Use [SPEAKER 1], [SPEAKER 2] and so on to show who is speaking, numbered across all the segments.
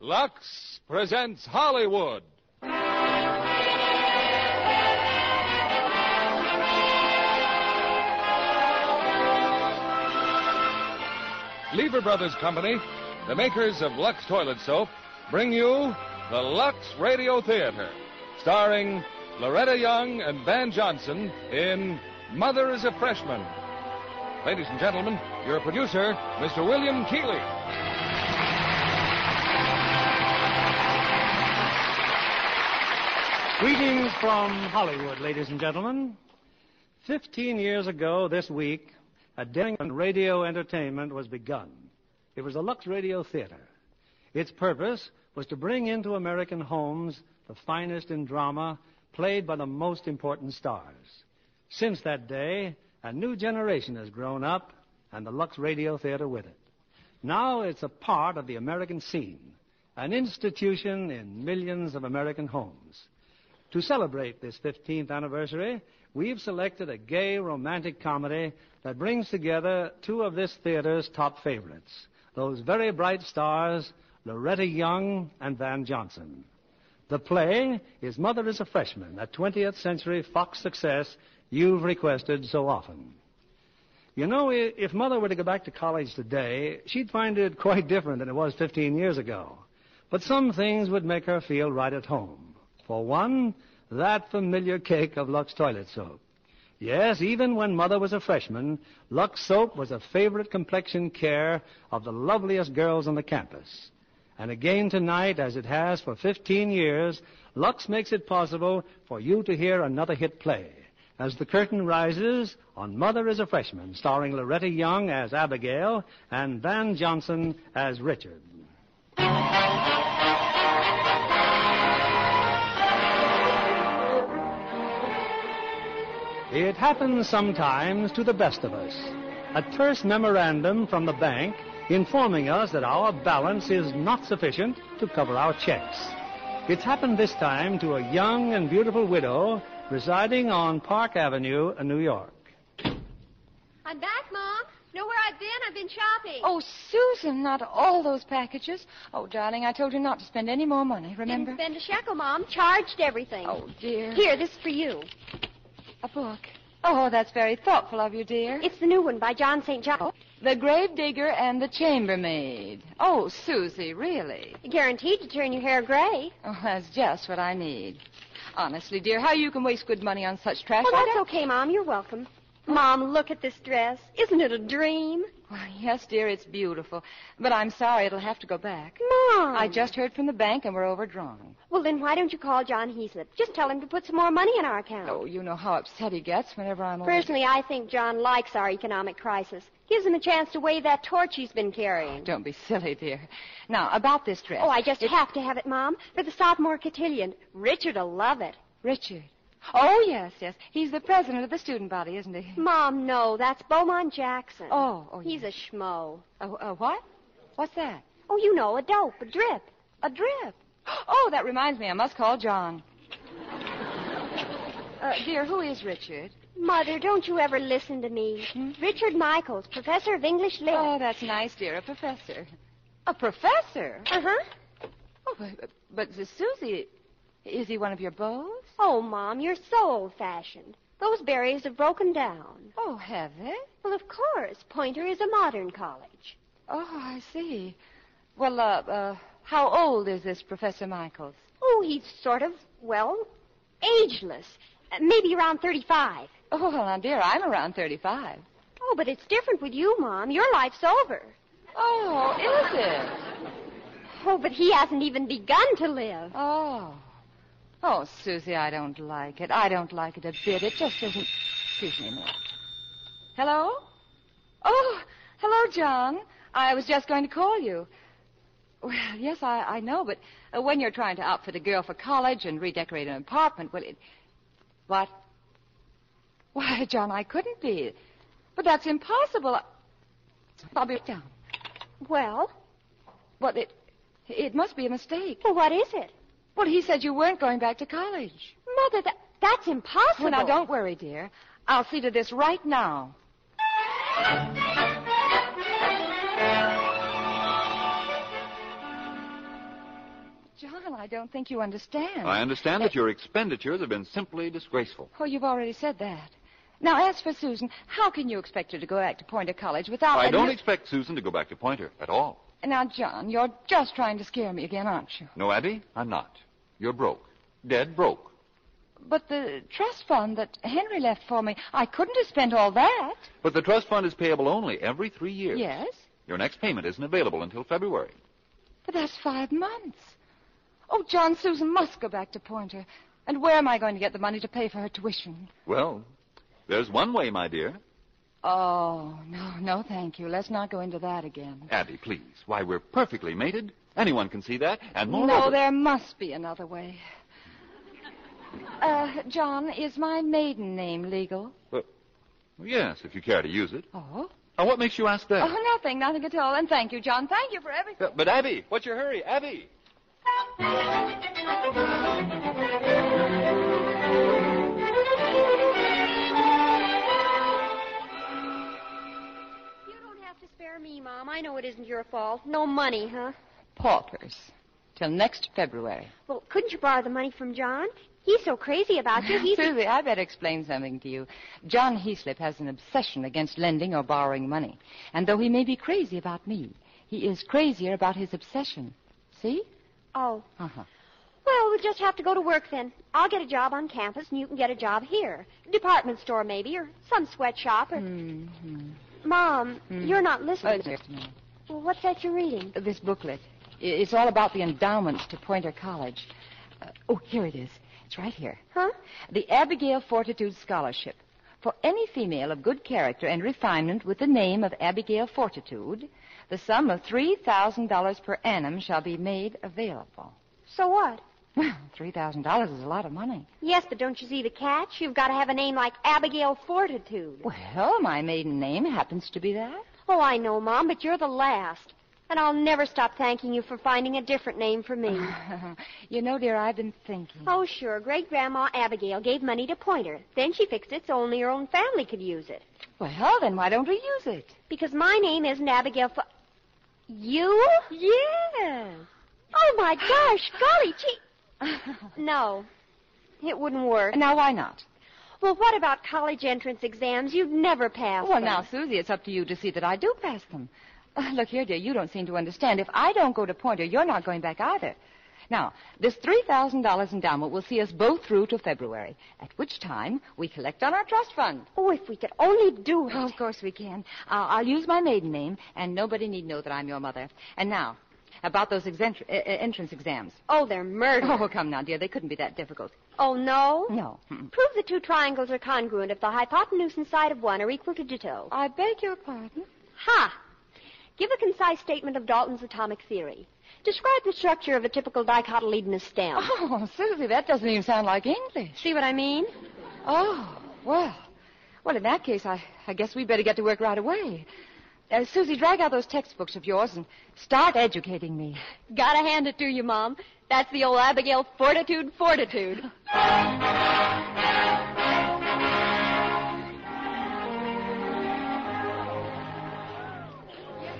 [SPEAKER 1] Lux presents Hollywood. Lever Brothers Company, the makers of Lux Toilet Soap, bring you the Lux Radio Theater, starring Loretta Young and Van Johnson in Mother is a Freshman. Ladies and gentlemen, your producer, Mr. William Keeley.
[SPEAKER 2] Greetings from Hollywood, ladies and gentlemen. Fifteen years ago this week, a daring on radio entertainment was begun. It was the Lux Radio Theater. Its purpose was to bring into American homes the finest in drama played by the most important stars. Since that day, a new generation has grown up, and the Lux Radio Theater with it. Now it's a part of the American scene, an institution in millions of American homes. To celebrate this 15th anniversary, we've selected a gay romantic comedy that brings together two of this theater's top favorites, those very bright stars, Loretta Young and Van Johnson. The play is Mother is a Freshman, a 20th century Fox success you've requested so often. You know, i- if Mother were to go back to college today, she'd find it quite different than it was 15 years ago. But some things would make her feel right at home. For one, that familiar cake of Lux toilet soap. Yes, even when Mother was a freshman, Lux soap was a favorite complexion care of the loveliest girls on the campus. And again tonight, as it has for 15 years, Lux makes it possible for you to hear another hit play. As the curtain rises on Mother is a Freshman, starring Loretta Young as Abigail and Van Johnson as Richard. It happens sometimes to the best of us. A terse memorandum from the bank informing us that our balance is not sufficient to cover our checks. It's happened this time to a young and beautiful widow residing on Park Avenue in New York.
[SPEAKER 3] I'm back, Mom. Know where I've been? I've been shopping.
[SPEAKER 4] Oh, Susan, not all those packages. Oh, darling, I told you not to spend any more money, remember?
[SPEAKER 3] Didn't spend a shekel, Mom. Charged everything.
[SPEAKER 4] Oh, dear.
[SPEAKER 3] Here, this is for you.
[SPEAKER 4] A book. Oh, that's very thoughtful of you, dear. Oh,
[SPEAKER 3] It's the new one by John St. John.
[SPEAKER 4] The Gravedigger and the Chambermaid. Oh, Susie, really?
[SPEAKER 3] Guaranteed to turn your hair gray.
[SPEAKER 4] Oh, that's just what I need. Honestly, dear, how you can waste good money on such trash
[SPEAKER 3] Well,
[SPEAKER 4] I
[SPEAKER 3] Oh, that's
[SPEAKER 4] don't-
[SPEAKER 3] okay, Mom. You're welcome. Mom, look at this dress. Isn't it a dream?
[SPEAKER 4] Why, yes, dear, it's beautiful. But I'm sorry it'll have to go back.
[SPEAKER 3] Mom.
[SPEAKER 4] I just heard from the bank and we're overdrawn.
[SPEAKER 3] Well, then why don't you call John Heaslip? Just tell him to put some more money in our account.
[SPEAKER 4] Oh, you know how upset he gets whenever I'm over.
[SPEAKER 3] Personally, I think John likes our economic crisis. Gives him a chance to wave that torch he's been carrying.
[SPEAKER 4] Don't be silly, dear. Now, about this dress.
[SPEAKER 3] Oh, I just have to have it, Mom, for the sophomore cotillion. Richard'll love it.
[SPEAKER 4] Richard. Oh, yes, yes. He's the president of the student body, isn't he?
[SPEAKER 3] Mom, no, that's Beaumont Jackson.
[SPEAKER 4] Oh, oh,
[SPEAKER 3] He's a schmo.
[SPEAKER 4] A, a what? What's that?
[SPEAKER 3] Oh, you know, a dope, a drip.
[SPEAKER 4] A drip. Oh, that reminds me. I must call John. Uh, dear, who is Richard? Hmm?
[SPEAKER 3] Mother, don't you ever listen to me. Richard Michaels, professor of English Lit.
[SPEAKER 4] Oh, that's nice, dear. A professor. A professor?
[SPEAKER 3] uh-huh.
[SPEAKER 4] Oh, but, but Susie, is he one of your beaux?
[SPEAKER 3] Oh, Mom, you're so old-fashioned. Those barriers have broken down.
[SPEAKER 4] Oh, have they?
[SPEAKER 3] Well, of course, Pointer is a modern college.
[SPEAKER 4] Oh, I see. Well, uh, uh, how old is this Professor Michaels?
[SPEAKER 3] Oh, he's sort of, well, ageless. Uh, maybe around 35.
[SPEAKER 4] Oh, well, now, dear, I'm around 35.
[SPEAKER 3] Oh, but it's different with you, Mom. Your life's over.
[SPEAKER 4] Oh, is it?
[SPEAKER 3] Oh, but he hasn't even begun to live.
[SPEAKER 4] Oh. Oh, Susie, I don't like it. I don't like it a bit. It just isn't. Excuse me a minute. Hello? Oh, hello, John. I was just going to call you. Well, yes, I, I know, but uh, when you're trying to outfit a girl for college and redecorate an apartment, well, it. What? Why, John, I couldn't be. But that's impossible. I'll be down.
[SPEAKER 3] Well,
[SPEAKER 4] Well, it. It must be a mistake.
[SPEAKER 3] well, what is it?
[SPEAKER 4] Well, he said you weren't going back to college.
[SPEAKER 3] Mother, that, that's impossible.
[SPEAKER 4] Well, now, don't worry, dear. I'll see to this right now. John, I don't think you understand.
[SPEAKER 5] I understand that your expenditures have been simply disgraceful.
[SPEAKER 4] Oh, you've already said that. Now, as for Susan, how can you expect her to go back to Pointer College without...
[SPEAKER 5] I don't
[SPEAKER 4] admi-
[SPEAKER 5] expect Susan to go back to Pointer at all.
[SPEAKER 4] Now, John, you're just trying to scare me again, aren't you?
[SPEAKER 5] No, Abby, I'm not. You're broke. Dead broke.
[SPEAKER 4] But the trust fund that Henry left for me, I couldn't have spent all that.
[SPEAKER 5] But the trust fund is payable only every three years.
[SPEAKER 4] Yes,
[SPEAKER 5] Your next payment isn't available until February.
[SPEAKER 4] but that's five months. Oh, John, Susan must go back to Pointer. And where am I going to get the money to pay for her tuition?
[SPEAKER 5] Well, there's one way, my dear.
[SPEAKER 4] Oh, no, no, thank you. Let's not go into that again.
[SPEAKER 5] Abby, please. Why, we're perfectly mated. Anyone can see that. And moreover...
[SPEAKER 4] No, there must be another way. Uh, John, is my maiden name legal?
[SPEAKER 5] Yes, if you care to use it.
[SPEAKER 4] Oh?
[SPEAKER 5] Now, what makes you ask that?
[SPEAKER 4] Oh, nothing, nothing at all. And thank you, John. Thank you for everything.
[SPEAKER 5] Uh, But Abby, what's your hurry? Abby!
[SPEAKER 3] You don't have to spare me, Mom. I know it isn't your fault. No money, huh?
[SPEAKER 4] Paupers. Till next February.
[SPEAKER 3] Well, couldn't you borrow the money from John? He's so crazy about you. He's
[SPEAKER 4] Susie, I better explain something to you. John Heaslip has an obsession against lending or borrowing money. And though he may be crazy about me, he is crazier about his obsession. See?
[SPEAKER 3] oh.
[SPEAKER 4] Uh-huh.
[SPEAKER 3] Well, we'll just have to go to work then. I'll get a job on campus, and you can get a job here. Department store, maybe, or some sweatshop. Or... Mom, you're not listening. Well, what's that you're reading?
[SPEAKER 4] This booklet. I- It's all about the endowments to Pointer College. Uh, oh, here it is. It's right here.
[SPEAKER 3] Huh?
[SPEAKER 4] The Abigail Fortitude Scholarship. For any female of good character and refinement with the name of Abigail Fortitude, the sum of $3,000 per annum shall be made available.
[SPEAKER 3] So what?
[SPEAKER 4] Well, $3,000 is a lot of money.
[SPEAKER 3] Yes, but don't you see the catch? You've got to have a name like Abigail Fortitude.
[SPEAKER 4] Well, my maiden name happens to be that.
[SPEAKER 3] Oh, I know, Mom, but you're the last. And I'll never stop thanking you for finding a different name for me.
[SPEAKER 4] you know, dear, I've been thinking.
[SPEAKER 3] oh, sure. Great Grandma Abigail gave money to Pointer. Then she fixed it so only her own family could use it.
[SPEAKER 4] Well, then why don't we use it?
[SPEAKER 3] Because my name isn't Abigail Fo- You?
[SPEAKER 4] Yes.
[SPEAKER 3] Oh, my gosh. Golly gee. No, it wouldn't work.
[SPEAKER 4] now, why not?
[SPEAKER 3] Well, what about college entrance exams? You'd never pass.
[SPEAKER 4] Well,
[SPEAKER 3] them.
[SPEAKER 4] now, Susie, it's up to you to see that I do pass them. Uh, look here, dear, you don't seem to understand. If I don't go to Pointer, you're not going back either. Now, this $3,000 endowment will see us both through to February, at which time we collect on our trust fund.
[SPEAKER 3] Oh, if we could only do it.
[SPEAKER 4] Oh, of course we can. I'll, I'll use my maiden name, and nobody need know that I'm your mother. And now, about those exent- uh, uh, entrance exams.
[SPEAKER 3] Oh, they're murder.
[SPEAKER 4] Oh, come now, dear, they couldn't be that difficult.
[SPEAKER 3] Oh, no?
[SPEAKER 4] No. Mm-mm.
[SPEAKER 3] Prove the two triangles are congruent if the hypotenuse and side of one are equal to ditto.
[SPEAKER 4] I beg your pardon?
[SPEAKER 3] Ha! Give a concise statement of Dalton's atomic theory. Describe the structure of a typical dicotyledonous stem.
[SPEAKER 4] Oh, Susie, that doesn't even sound like English.
[SPEAKER 3] See what I mean?
[SPEAKER 4] Oh, well. Well, in that case, I, I guess we better get to work right away. Uh, Susie, drag out those textbooks of yours and start educating me.
[SPEAKER 3] Gotta hand it to you, Mom. That's the old Abigail fortitude fortitude.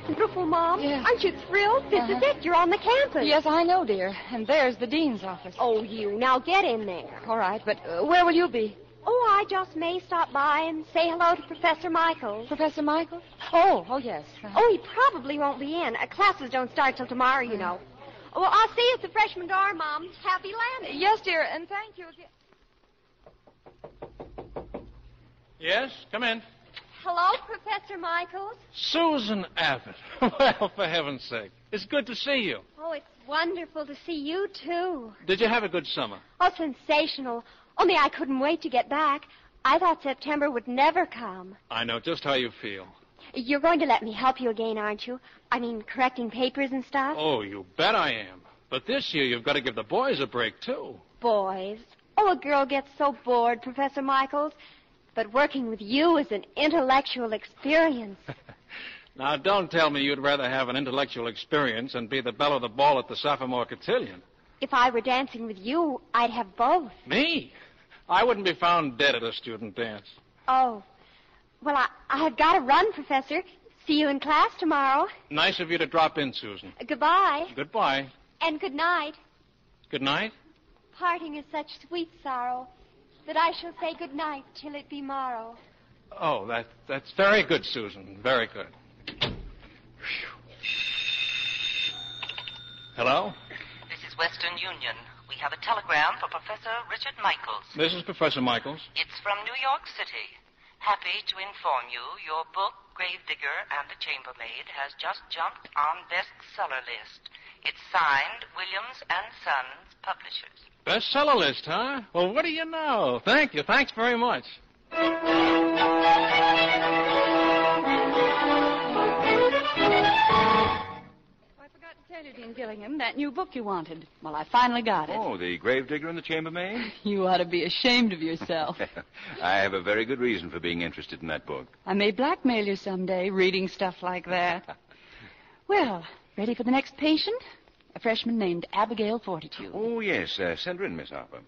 [SPEAKER 3] Wonderful, Mom.
[SPEAKER 4] Yeah. Uh-huh.
[SPEAKER 3] Aren't you thrilled? This is it. You're on the campus.
[SPEAKER 4] Yes, I know, dear. And there's the dean's office.
[SPEAKER 3] Oh, you. Now get in there.
[SPEAKER 4] All right, but uh, where will you be?
[SPEAKER 3] Oh, I just may stop by and say hello to Professor Michaels.
[SPEAKER 4] Professor Michael? Oh, oh, yes. Uh,
[SPEAKER 3] Oh, he probably won't be in. Uh, classes don't start till tomorrow, you know. Oh, well, I'll see you at the freshman dorm, Mom. Happy landing.
[SPEAKER 4] Yes, dear, and thank you again.
[SPEAKER 6] Yes, come in.
[SPEAKER 3] Hello, Professor Michaels.
[SPEAKER 6] Susan Abbott. well, for heaven's sake. It's good to see you.
[SPEAKER 3] Oh, it's wonderful to see you, too.
[SPEAKER 6] Did you have a good summer?
[SPEAKER 3] Oh, sensational. Only I couldn't wait to get back. I thought September would never come.
[SPEAKER 6] I know just how you feel.
[SPEAKER 3] You're going to let me help you again, aren't you? I mean, correcting papers and stuff?
[SPEAKER 6] Oh, you bet I am. But this year you've got to give the boys a break, too.
[SPEAKER 3] Boys. Oh, a girl gets so bored, Professor Michaels. But working with you is an intellectual experience.
[SPEAKER 6] Now, don't tell me you'd rather have an intellectual experience and be the belle of the ball at the sophomore cotillion.
[SPEAKER 3] If I were dancing with you, I'd have both.
[SPEAKER 6] Me? I wouldn't be found dead at a student dance.
[SPEAKER 3] Oh. Well, I, I've got to run, Professor. See you in class tomorrow.
[SPEAKER 6] Nice of you to drop in, Susan.
[SPEAKER 3] Goodbye,
[SPEAKER 6] Goodbye.
[SPEAKER 3] and good night.
[SPEAKER 6] Good night.
[SPEAKER 3] Parting is such sweet sorrow that I shall say good night till it be morrow.
[SPEAKER 6] Oh, that, that's very good, Susan. Very good. Hello?
[SPEAKER 7] This is Western Union. We have a telegram for Professor Richard Michaels.
[SPEAKER 6] This is Professor Michaels.
[SPEAKER 7] It's from New York City. Happy to inform you your book, Gravedigger and the Chambermaid, has just jumped on bestseller list. It's signed Williams and Sons Publishers.
[SPEAKER 6] Bestseller list, huh? Well, what do you know? Thank you. Thanks very much.
[SPEAKER 4] I forgot to tell you, Dean Gillingham, that new book you wanted. Well, I finally got it.
[SPEAKER 5] Oh, the gravedigger and the chambermaid?
[SPEAKER 4] You ought to be ashamed of yourself.
[SPEAKER 5] I have a very good reason for being interested in that book.
[SPEAKER 4] I may blackmail you someday reading stuff like that. Well, ready for the next patient? A freshman named Abigail Fortitude.
[SPEAKER 5] Oh, yes. Uh, send her in, Miss Harper.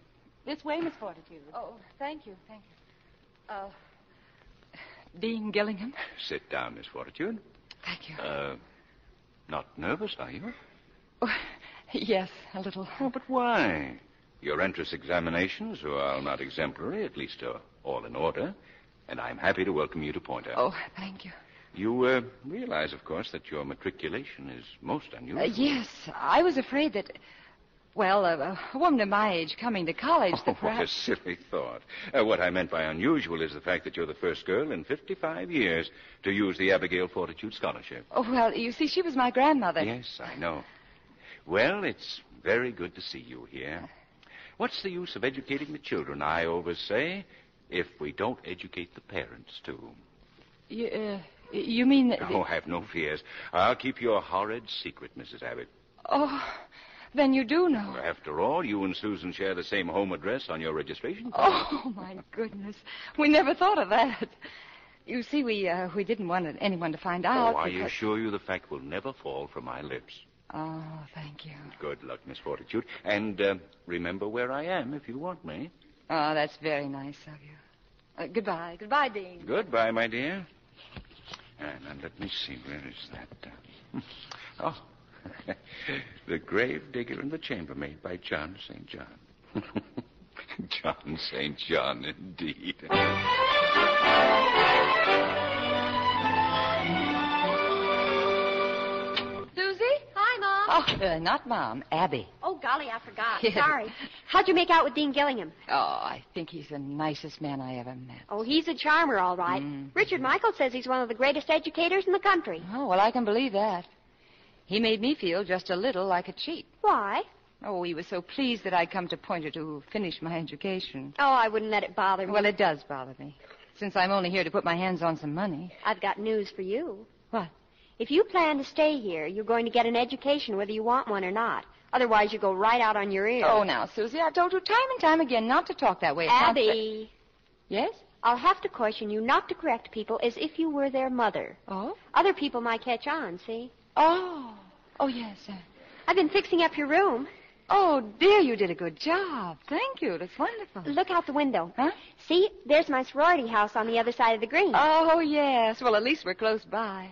[SPEAKER 4] This way, Miss Fortitude. Oh, thank you, thank you. Uh, Dean Gillingham?
[SPEAKER 5] Sit down, Miss Fortitude.
[SPEAKER 4] Thank you.
[SPEAKER 5] Uh, not nervous, are you?
[SPEAKER 4] Oh, yes, a little.
[SPEAKER 5] Oh, but why? Your entrance examinations, while not exemplary, at least are all in order, and I'm happy to welcome you to Pointer.
[SPEAKER 4] Oh, thank you.
[SPEAKER 5] You uh, realize, of course, that your matriculation is most unusual.
[SPEAKER 4] Uh, yes, I was afraid that, well, a, a woman of my age coming to college,
[SPEAKER 5] Oh,
[SPEAKER 4] that
[SPEAKER 5] what a
[SPEAKER 4] perhaps.
[SPEAKER 5] silly thought. Uh, what I meant by unusual is the fact that you're the first girl in 55 years to use the Abigail Fortitude Scholarship.
[SPEAKER 4] Oh, well, you see, she was my grandmother.
[SPEAKER 5] Yes, I know. Well, it's very good to see you here. What's the use of educating the children, I always say, if we don't educate the parents, too?
[SPEAKER 4] You, uh, you mean that.
[SPEAKER 5] Oh, have no fears. I'll keep your horrid secret, Mrs. Abbott.
[SPEAKER 4] Oh, then you do know.
[SPEAKER 5] After all, you and Susan share the same home address on your registration.
[SPEAKER 4] Oh, my goodness. We never thought of that. You see, we uh, we didn't want anyone to find out.
[SPEAKER 5] Oh, I
[SPEAKER 4] because-
[SPEAKER 5] assure you the fact will never fall from my lips.
[SPEAKER 4] Oh, thank you.
[SPEAKER 5] Good luck, Miss Fortitude. And uh, remember where I am if you want me.
[SPEAKER 4] Oh, that's very nice of you. Uh, goodbye. Goodbye, Dean.
[SPEAKER 5] Goodbye, my dear. And uh, let me see, where is that? uh, oh, The Grave Digger and the Chambermaid by John St. John. John St. John, indeed.
[SPEAKER 3] Susie? Hi, Mom.
[SPEAKER 4] Oh, uh, not Mom, Abby.
[SPEAKER 3] Oh, golly, I forgot.
[SPEAKER 4] Yes.
[SPEAKER 3] Sorry. How'd you make out with Dean Gillingham?
[SPEAKER 4] Oh, I think he's the nicest man I ever met.
[SPEAKER 3] Oh, he's a charmer, all right. Richard Michael says he's one of the greatest educators in the country.
[SPEAKER 4] Mm. Oh, well, I can believe that. He made me feel just a little like a cheat.
[SPEAKER 3] Why?
[SPEAKER 4] Oh, he was so pleased that I'd come to Pointer to finish my education.
[SPEAKER 3] Oh, I wouldn't let it bother me.
[SPEAKER 4] Well, it does bother me, since I'm only here to put my hands on some money.
[SPEAKER 3] I've got news for you.
[SPEAKER 4] What?
[SPEAKER 3] If you plan to stay here, you're going to get an education whether you want one or not. Otherwise, you go right out on your ear.
[SPEAKER 4] Oh, now, Susie, I've told you time and time again not to talk that way. It sounds fa-
[SPEAKER 3] Abby,
[SPEAKER 4] Yes?
[SPEAKER 3] I'll have to caution you not to correct people as if you were their mother.
[SPEAKER 4] Oh?
[SPEAKER 3] Other people might catch on, see?
[SPEAKER 4] Oh. Oh, yes. uh,
[SPEAKER 3] I've been fixing up your room.
[SPEAKER 4] Oh, dear, you did a good job. Thank you. That's wonderful.
[SPEAKER 3] Look out the window.
[SPEAKER 4] Huh?
[SPEAKER 3] See, there's my sorority house on the other side of the green.
[SPEAKER 4] Oh, yes. Well, at least we're close by.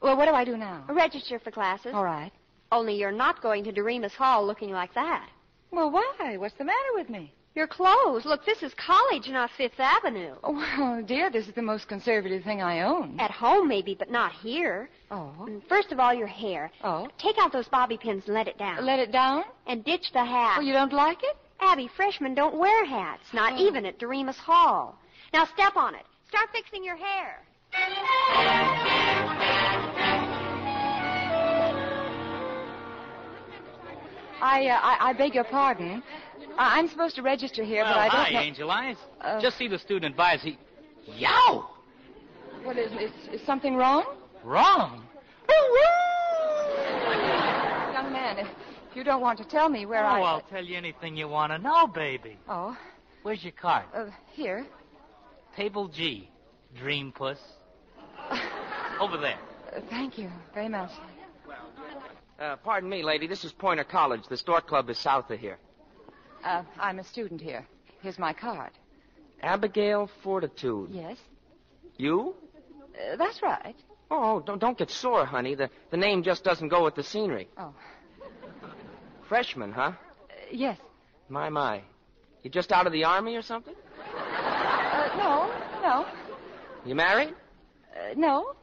[SPEAKER 4] Well, what do I do now?
[SPEAKER 3] Register for classes.
[SPEAKER 4] All right.
[SPEAKER 3] Only you're not going to Doremus Hall looking like that.
[SPEAKER 4] Well, why? What's the matter with me?
[SPEAKER 3] Your clothes. Look, this is college, not Fifth Avenue.
[SPEAKER 4] Oh, well, dear, this is the most conservative thing I own.
[SPEAKER 3] At home, maybe, but not here.
[SPEAKER 4] Oh.
[SPEAKER 3] First of all, your hair.
[SPEAKER 4] Oh.
[SPEAKER 3] Take out those bobby pins and let it down.
[SPEAKER 4] Let it down?
[SPEAKER 3] and ditch the hat.
[SPEAKER 4] Oh, you don't like it? Oh.
[SPEAKER 3] Abby, freshmen don't wear hats, not even at Doremus Hall. Now step on it. Start fixing your hair.
[SPEAKER 4] I, uh, I, I beg your pardon. I, I'm supposed to register here, but I don't
[SPEAKER 8] Oh, hi,
[SPEAKER 4] know.
[SPEAKER 8] Angel Eyes.
[SPEAKER 4] Uh,
[SPEAKER 8] Just see the student advisor. Yow!
[SPEAKER 4] What is, is, is something wrong?
[SPEAKER 8] Wrong.
[SPEAKER 4] Young man, if you don't want to tell me where
[SPEAKER 8] oh,
[SPEAKER 4] I...
[SPEAKER 8] I'll tell you anything you want to know, baby.
[SPEAKER 4] Oh,
[SPEAKER 8] Where's your card?
[SPEAKER 4] uh, here.
[SPEAKER 8] Table G. Dream puss. Over there.
[SPEAKER 4] Uh, thank you very much.
[SPEAKER 9] Uh, pardon me, lady. This is Pointer College. The store club is south of here.
[SPEAKER 4] Uh, I'm a student here. Here's my card.
[SPEAKER 9] Abigail Fortitude.
[SPEAKER 4] Yes?
[SPEAKER 9] You?
[SPEAKER 4] Uh, that's right.
[SPEAKER 9] Oh, don't, don't get sore, honey. The, the name just doesn't go with the scenery.
[SPEAKER 4] Oh.
[SPEAKER 9] Freshman, huh?
[SPEAKER 4] Uh, Yes.
[SPEAKER 9] My, my. You just out of the army or something?
[SPEAKER 4] Uh, no, no,
[SPEAKER 9] You married?
[SPEAKER 4] uh, no.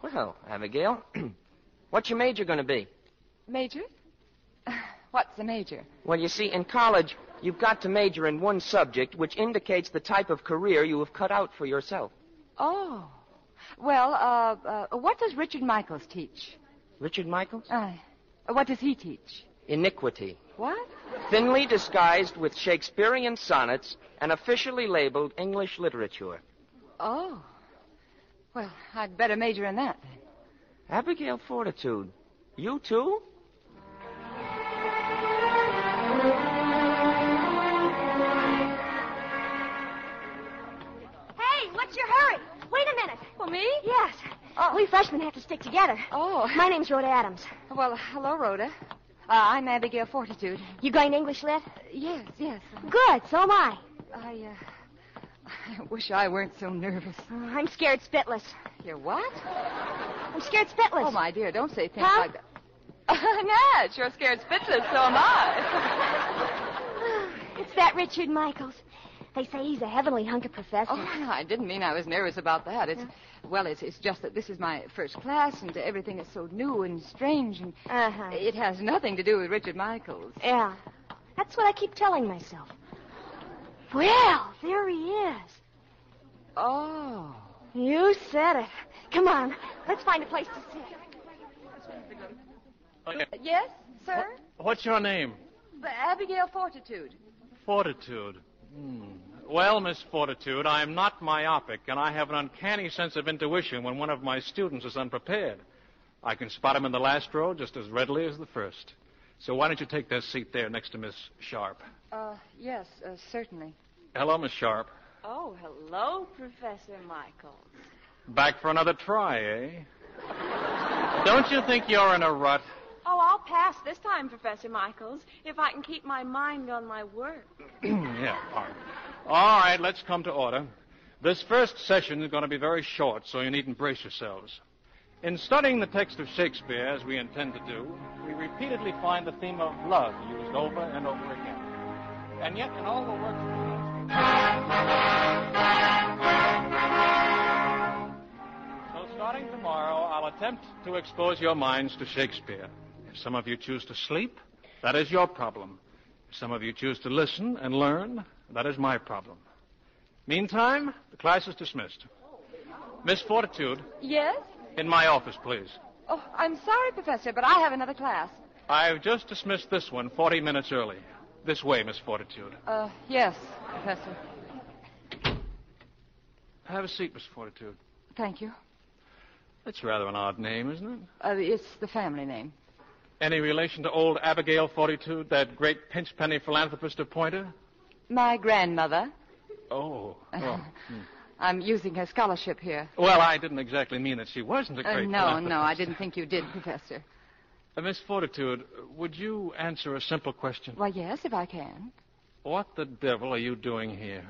[SPEAKER 9] Well, Abigail, what's your major going to be?
[SPEAKER 4] Major? What's the major?
[SPEAKER 9] Well, you see, in college, you've got to major in one subject, which indicates the type of career you have cut out for yourself.
[SPEAKER 4] Oh. Well, uh, uh, what does Richard Michaels teach?
[SPEAKER 9] Richard Michaels?
[SPEAKER 4] Uh, what does he teach?
[SPEAKER 9] Iniquity.
[SPEAKER 4] What?
[SPEAKER 9] Thinly disguised with Shakespearean sonnets and officially labeled English literature.
[SPEAKER 4] Oh. Well, I'd better major in that then.
[SPEAKER 9] Abigail Fortitude. You too?
[SPEAKER 3] Hey, what's your hurry? Wait a minute.
[SPEAKER 4] Well, me?
[SPEAKER 3] Yes.
[SPEAKER 4] Oh.
[SPEAKER 3] We freshmen have to stick together.
[SPEAKER 4] Oh.
[SPEAKER 3] My name's Rhoda Adams.
[SPEAKER 4] Well, hello, Rhoda. Uh, I'm Abigail Fortitude.
[SPEAKER 3] You going to English Lit?
[SPEAKER 4] Yes, yes.
[SPEAKER 3] Good, so am I.
[SPEAKER 4] I, uh, I wish I weren't so nervous.
[SPEAKER 3] Uh, I'm scared spitless.
[SPEAKER 4] You're what?
[SPEAKER 3] I'm scared spitless.
[SPEAKER 4] Oh, my dear, don't say things
[SPEAKER 3] Huh?
[SPEAKER 4] like that. Natch, you're scared spitless, so am I.
[SPEAKER 3] It's that Richard Michaels. They say he's a heavenly hunk of professor.
[SPEAKER 4] oh, no, I didn't mean I was nervous about that. It's, well, it's, it's just that this is my first class, and everything is so new and strange, and
[SPEAKER 3] Uh-huh.
[SPEAKER 4] it has nothing to do with Richard Michaels.
[SPEAKER 3] Yeah. That's what I keep telling myself. Well, there he is.
[SPEAKER 4] Oh.
[SPEAKER 3] You said it. Come on, let's find a place to sit.
[SPEAKER 10] Uh,
[SPEAKER 4] Yes, sir?
[SPEAKER 6] What's your name?
[SPEAKER 4] But Abigail Fortitude.
[SPEAKER 6] Fortitude. Hmm. Well, Miss Fortitude, I am not myopic, and I have an uncanny sense of intuition when one of my students is unprepared. I can spot him in the last row just as readily as the first. So why don't you take that seat there next to Miss Sharp?
[SPEAKER 4] Uh, yes, uh, certainly.
[SPEAKER 6] Hello, Miss Sharp.
[SPEAKER 10] Oh, hello, Professor Michaels.
[SPEAKER 6] Back for another try, eh? don't you think you're in a rut?
[SPEAKER 10] Oh, I'll pass this time, Professor Michaels, if I can keep my mind on my work.
[SPEAKER 6] yeah, pardon. All right, let's come to order. This first session is going to be very short, so you needn't brace yourselves. In studying the text of Shakespeare, as we intend to do, we repeatedly find the theme of love used over and over again. And yet, in all the works. So, starting tomorrow, I'll attempt to expose your minds to Shakespeare. If some of you choose to sleep, that is your problem. Some of you choose to listen and learn. That is my problem. Meantime, the class is dismissed. Miss Fortitude,
[SPEAKER 4] Yes?
[SPEAKER 6] in my office, please.
[SPEAKER 4] Oh, I'm sorry, Professor, but I have another class.
[SPEAKER 6] I've just dismissed this one 40 minutes early. This way, Miss Fortitude.
[SPEAKER 4] Uh, yes, Professor.
[SPEAKER 6] Have a seat, Miss Fortitude.
[SPEAKER 4] Thank you.
[SPEAKER 6] That's rather an odd name, isn't it?
[SPEAKER 4] Uh, it's the family name.
[SPEAKER 6] Any relation to old Abigail Fortitude, that great pinchpenny philanthropist of Pointer?
[SPEAKER 4] My grandmother.
[SPEAKER 6] Oh. Well,
[SPEAKER 4] I'm using her scholarship here.
[SPEAKER 6] well, I didn't exactly mean that she wasn't a
[SPEAKER 4] Uh,
[SPEAKER 6] Oh, great
[SPEAKER 4] no, no, I
[SPEAKER 6] philanthropist.
[SPEAKER 4] didn't think you did, Professor.
[SPEAKER 6] Uh, Miss Fortitude, would you answer a simple question?
[SPEAKER 4] Why, yes, if I can.
[SPEAKER 6] What the devil are you doing here?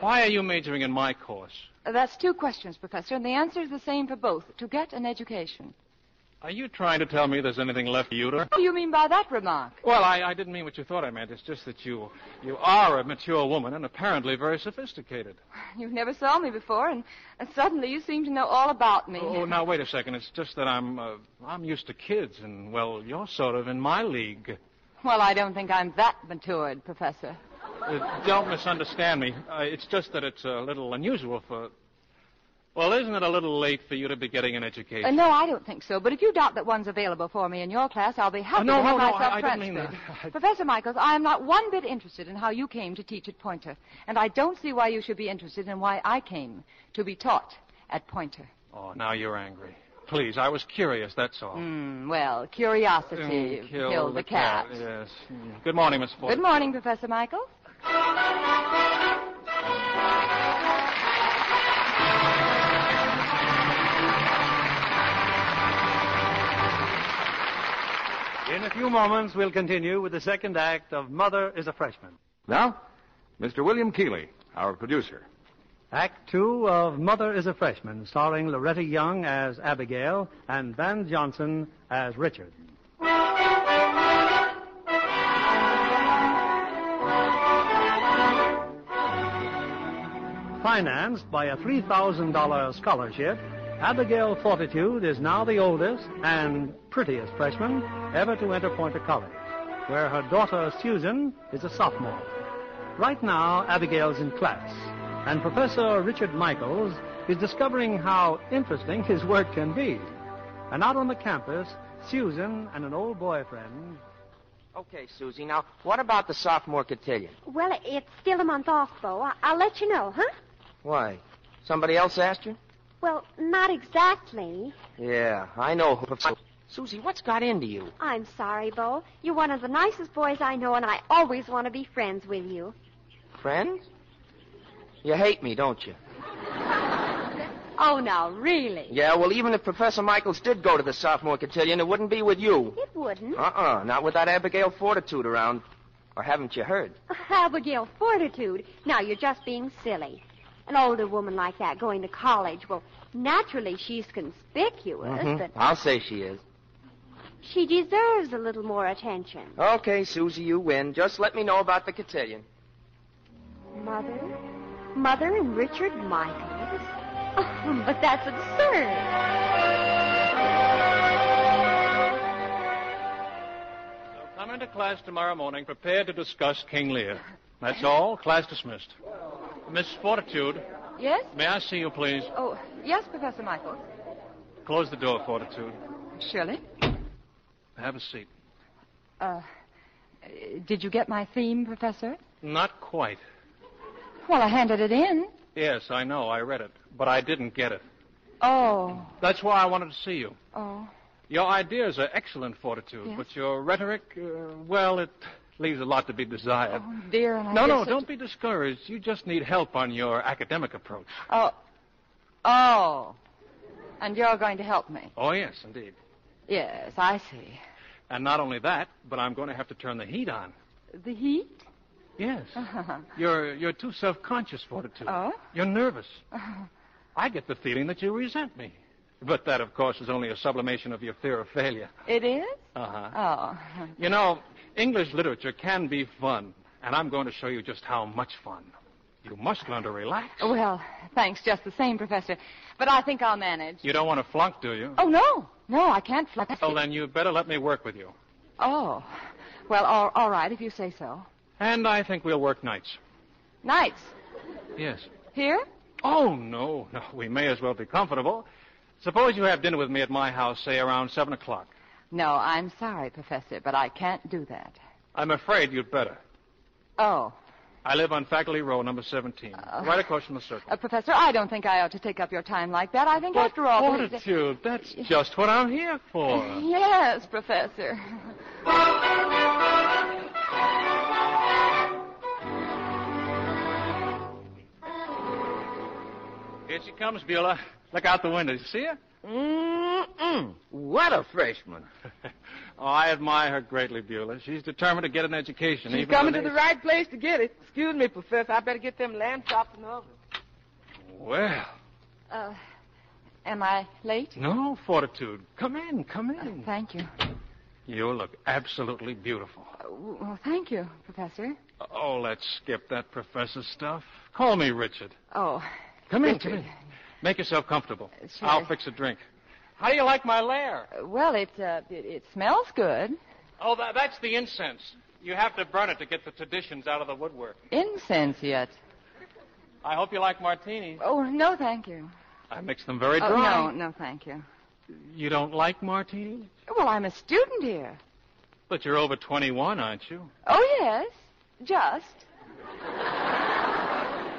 [SPEAKER 6] Why are you majoring in my course?
[SPEAKER 4] Uh, that's two questions, Professor, and the answer is the same for both to get an education.
[SPEAKER 6] Are you trying to tell me there's anything left for you to?
[SPEAKER 4] What do you mean by that remark?
[SPEAKER 6] Well, I, I didn't mean what you thought I meant. It's just that you you are a mature woman and apparently very sophisticated.
[SPEAKER 4] You never saw me before, and, and suddenly you seem to know all about me.
[SPEAKER 6] Oh, now wait a second. It's just that I'm uh, I'm used to kids, and well, you're sort of in my league.
[SPEAKER 4] Well, I don't think I'm that matured, Professor.
[SPEAKER 6] Uh, don't misunderstand me. Uh, it's just that it's a little unusual for. Well, isn't it a little late for you to be getting an education?
[SPEAKER 4] Uh, no, I don't think so. But if you doubt that one's available for me in your class, I'll be happy
[SPEAKER 6] Uh, no,
[SPEAKER 4] to have
[SPEAKER 6] Oh, no, no,
[SPEAKER 4] myself
[SPEAKER 6] I- I didn't mean
[SPEAKER 4] transferred.
[SPEAKER 6] that. I-
[SPEAKER 4] Professor Michaels, I am not one bit interested in how you came to teach at Pointer, and I don't see why you should be interested in why I came to be taught at Pointer.
[SPEAKER 6] Oh, now you're angry. Please, I was curious. That's all.
[SPEAKER 4] Hmm, well, curiosity
[SPEAKER 6] Mm,
[SPEAKER 4] killed, the, cat.
[SPEAKER 6] Yes. Mm. Good morning, Miss Ford.
[SPEAKER 4] Good morning, Professor Michaels.
[SPEAKER 2] In a few moments, we'll continue with the second act of Mother is a Freshman.
[SPEAKER 5] Now, Mr. William Keeley, our producer.
[SPEAKER 2] Act two of Mother is a Freshman, starring Loretta Young as Abigail and Van Johnson as Richard. financed by a $3,000 scholarship, Abigail Fortitude is now the oldest and prettiest freshman ever to enter Pointer College, where her daughter Susan is a sophomore. Right now, Abigail's in class, and Professor Richard Michaels is discovering how interesting his work can be. And out on the campus, Susan and an old boyfriend.
[SPEAKER 9] Okay, Susie. Now, what about the sophomore cotillion?
[SPEAKER 3] Well, it's still a month off, Bo. I- I'll let you know, huh?
[SPEAKER 9] Why? Somebody else asked you?
[SPEAKER 3] Well, not exactly.
[SPEAKER 9] Yeah, I know. who- Susie, what's got into you?
[SPEAKER 3] I'm sorry, Bo. You're one of the nicest boys I know, and I always want to be friends with you.
[SPEAKER 9] Friends? You hate me, don't you?
[SPEAKER 3] Oh, now, really?
[SPEAKER 9] Yeah, well, even if Professor Michaels did go to the sophomore cotillion, it wouldn't be with you.
[SPEAKER 3] It wouldn't.
[SPEAKER 9] Uh-uh, not with that Abigail Fortitude around. Or haven't you heard?
[SPEAKER 3] Abigail Fortitude. Now, you're just being silly. An older woman like that going to college, well, naturally she's conspicuous,
[SPEAKER 9] Mhm.
[SPEAKER 3] but
[SPEAKER 9] I'll say she is.
[SPEAKER 3] she deserves a little more attention.
[SPEAKER 9] Okay, Susie, you win. Just let me know about the cotillion.
[SPEAKER 3] Mother? Mother and Richard Michaels? Oh, but that's absurd.
[SPEAKER 6] So come into class tomorrow morning prepared to discuss King Lear. That's all. Class dismissed. Miss Fortitude,
[SPEAKER 4] Yes?
[SPEAKER 6] may I see you, please?
[SPEAKER 4] Oh, yes, Professor Michaels.
[SPEAKER 6] Close the door, Fortitude.
[SPEAKER 4] Shirley?
[SPEAKER 6] Have a seat.
[SPEAKER 4] Uh, did you get my theme, Professor?
[SPEAKER 6] Not quite.
[SPEAKER 4] Well, I handed it in.
[SPEAKER 6] Yes, I know. I read it, but I didn't get it.
[SPEAKER 4] Oh,
[SPEAKER 6] That's why I wanted to see you.
[SPEAKER 4] oh.
[SPEAKER 6] Your ideas are excellent, Fortitude,
[SPEAKER 4] Yes?
[SPEAKER 6] but your rhetoric, uh, well, it leaves a lot to be desired.
[SPEAKER 4] Dear, and I
[SPEAKER 6] no,
[SPEAKER 4] did
[SPEAKER 6] no,
[SPEAKER 4] such-
[SPEAKER 6] don't be discouraged. You just need help on your academic approach.
[SPEAKER 4] Oh, oh. And you're going to help me.
[SPEAKER 6] Oh, yes, indeed.
[SPEAKER 4] Yes, I see.
[SPEAKER 6] And not only that, but I'm going to have to turn the heat on.
[SPEAKER 4] The heat?
[SPEAKER 6] Yes. You're you're too self-conscious, Fortitude.
[SPEAKER 4] Oh?
[SPEAKER 6] You're nervous. I get the feeling that you resent me. But that, of course, is only a sublimation of your fear of failure.
[SPEAKER 4] It is?
[SPEAKER 6] Uh-huh.
[SPEAKER 4] Oh.
[SPEAKER 6] You know, English literature can be fun, and I'm going to show you just how much fun. You must learn to relax.
[SPEAKER 4] Well, thanks just the same, Professor. But I think I'll manage.
[SPEAKER 6] You don't want to flunk, do you?
[SPEAKER 4] Oh, no. No, I can't flunk.
[SPEAKER 6] Well, then you'd better let me work with you.
[SPEAKER 4] Oh. Well, all, all right, if you say so.
[SPEAKER 6] And I think we'll work nights.
[SPEAKER 4] Nights.
[SPEAKER 6] Yes.
[SPEAKER 4] Here?
[SPEAKER 6] Oh, no, no. We may as well be comfortable. Suppose you have dinner with me at my house, say around 7 o'clock.
[SPEAKER 4] No, I'm sorry, Professor, but I can't do that.
[SPEAKER 6] I'm afraid you'd better.
[SPEAKER 4] Oh.
[SPEAKER 6] I live on faculty row number 17, right across from the circle.
[SPEAKER 4] Uh, Professor, I don't think I ought to take up your time like that. I think, after all...
[SPEAKER 6] Fortitude, that's just what I'm here for.
[SPEAKER 4] Yes, Professor.
[SPEAKER 6] Here she comes, Beulah. Look out the window. You see her?
[SPEAKER 11] Mm-mm. What a freshman.
[SPEAKER 6] Oh, I admire her greatly, Beulah. She's determined to get an education.
[SPEAKER 11] She's
[SPEAKER 6] even
[SPEAKER 11] coming
[SPEAKER 6] when
[SPEAKER 11] to
[SPEAKER 6] they-
[SPEAKER 11] the right place to get it. Excuse me, Professor. I better get them lamb chops and ovens.
[SPEAKER 6] Well,
[SPEAKER 4] Uh, am I late? Uh,
[SPEAKER 6] no, Fortitude. Come in, come in.
[SPEAKER 4] Thank you.
[SPEAKER 6] You look absolutely beautiful.
[SPEAKER 4] Uh, well, thank you, Professor.
[SPEAKER 6] Oh, let's skip that professor stuff. Call me Richard.
[SPEAKER 4] Oh,
[SPEAKER 6] Come in,
[SPEAKER 4] Richard.
[SPEAKER 6] come in. Make yourself comfortable.
[SPEAKER 11] Uh,
[SPEAKER 4] Sure.
[SPEAKER 6] I'll fix a drink. How do you like my lair?
[SPEAKER 4] Uh, Well, it, uh, it it smells good.
[SPEAKER 6] Oh, tha- that's the incense. You have to burn it to get the traditions out of the woodwork.
[SPEAKER 4] Incense yet?
[SPEAKER 6] I hope you like martinis.
[SPEAKER 4] Oh no, thank you.
[SPEAKER 6] I mix them very
[SPEAKER 4] Oh,
[SPEAKER 6] dry.
[SPEAKER 4] no, no, thank you.
[SPEAKER 6] You don't like martinis?
[SPEAKER 4] Well, I'm a student here.
[SPEAKER 6] But you're over 21, aren't you?
[SPEAKER 4] Oh yes, just.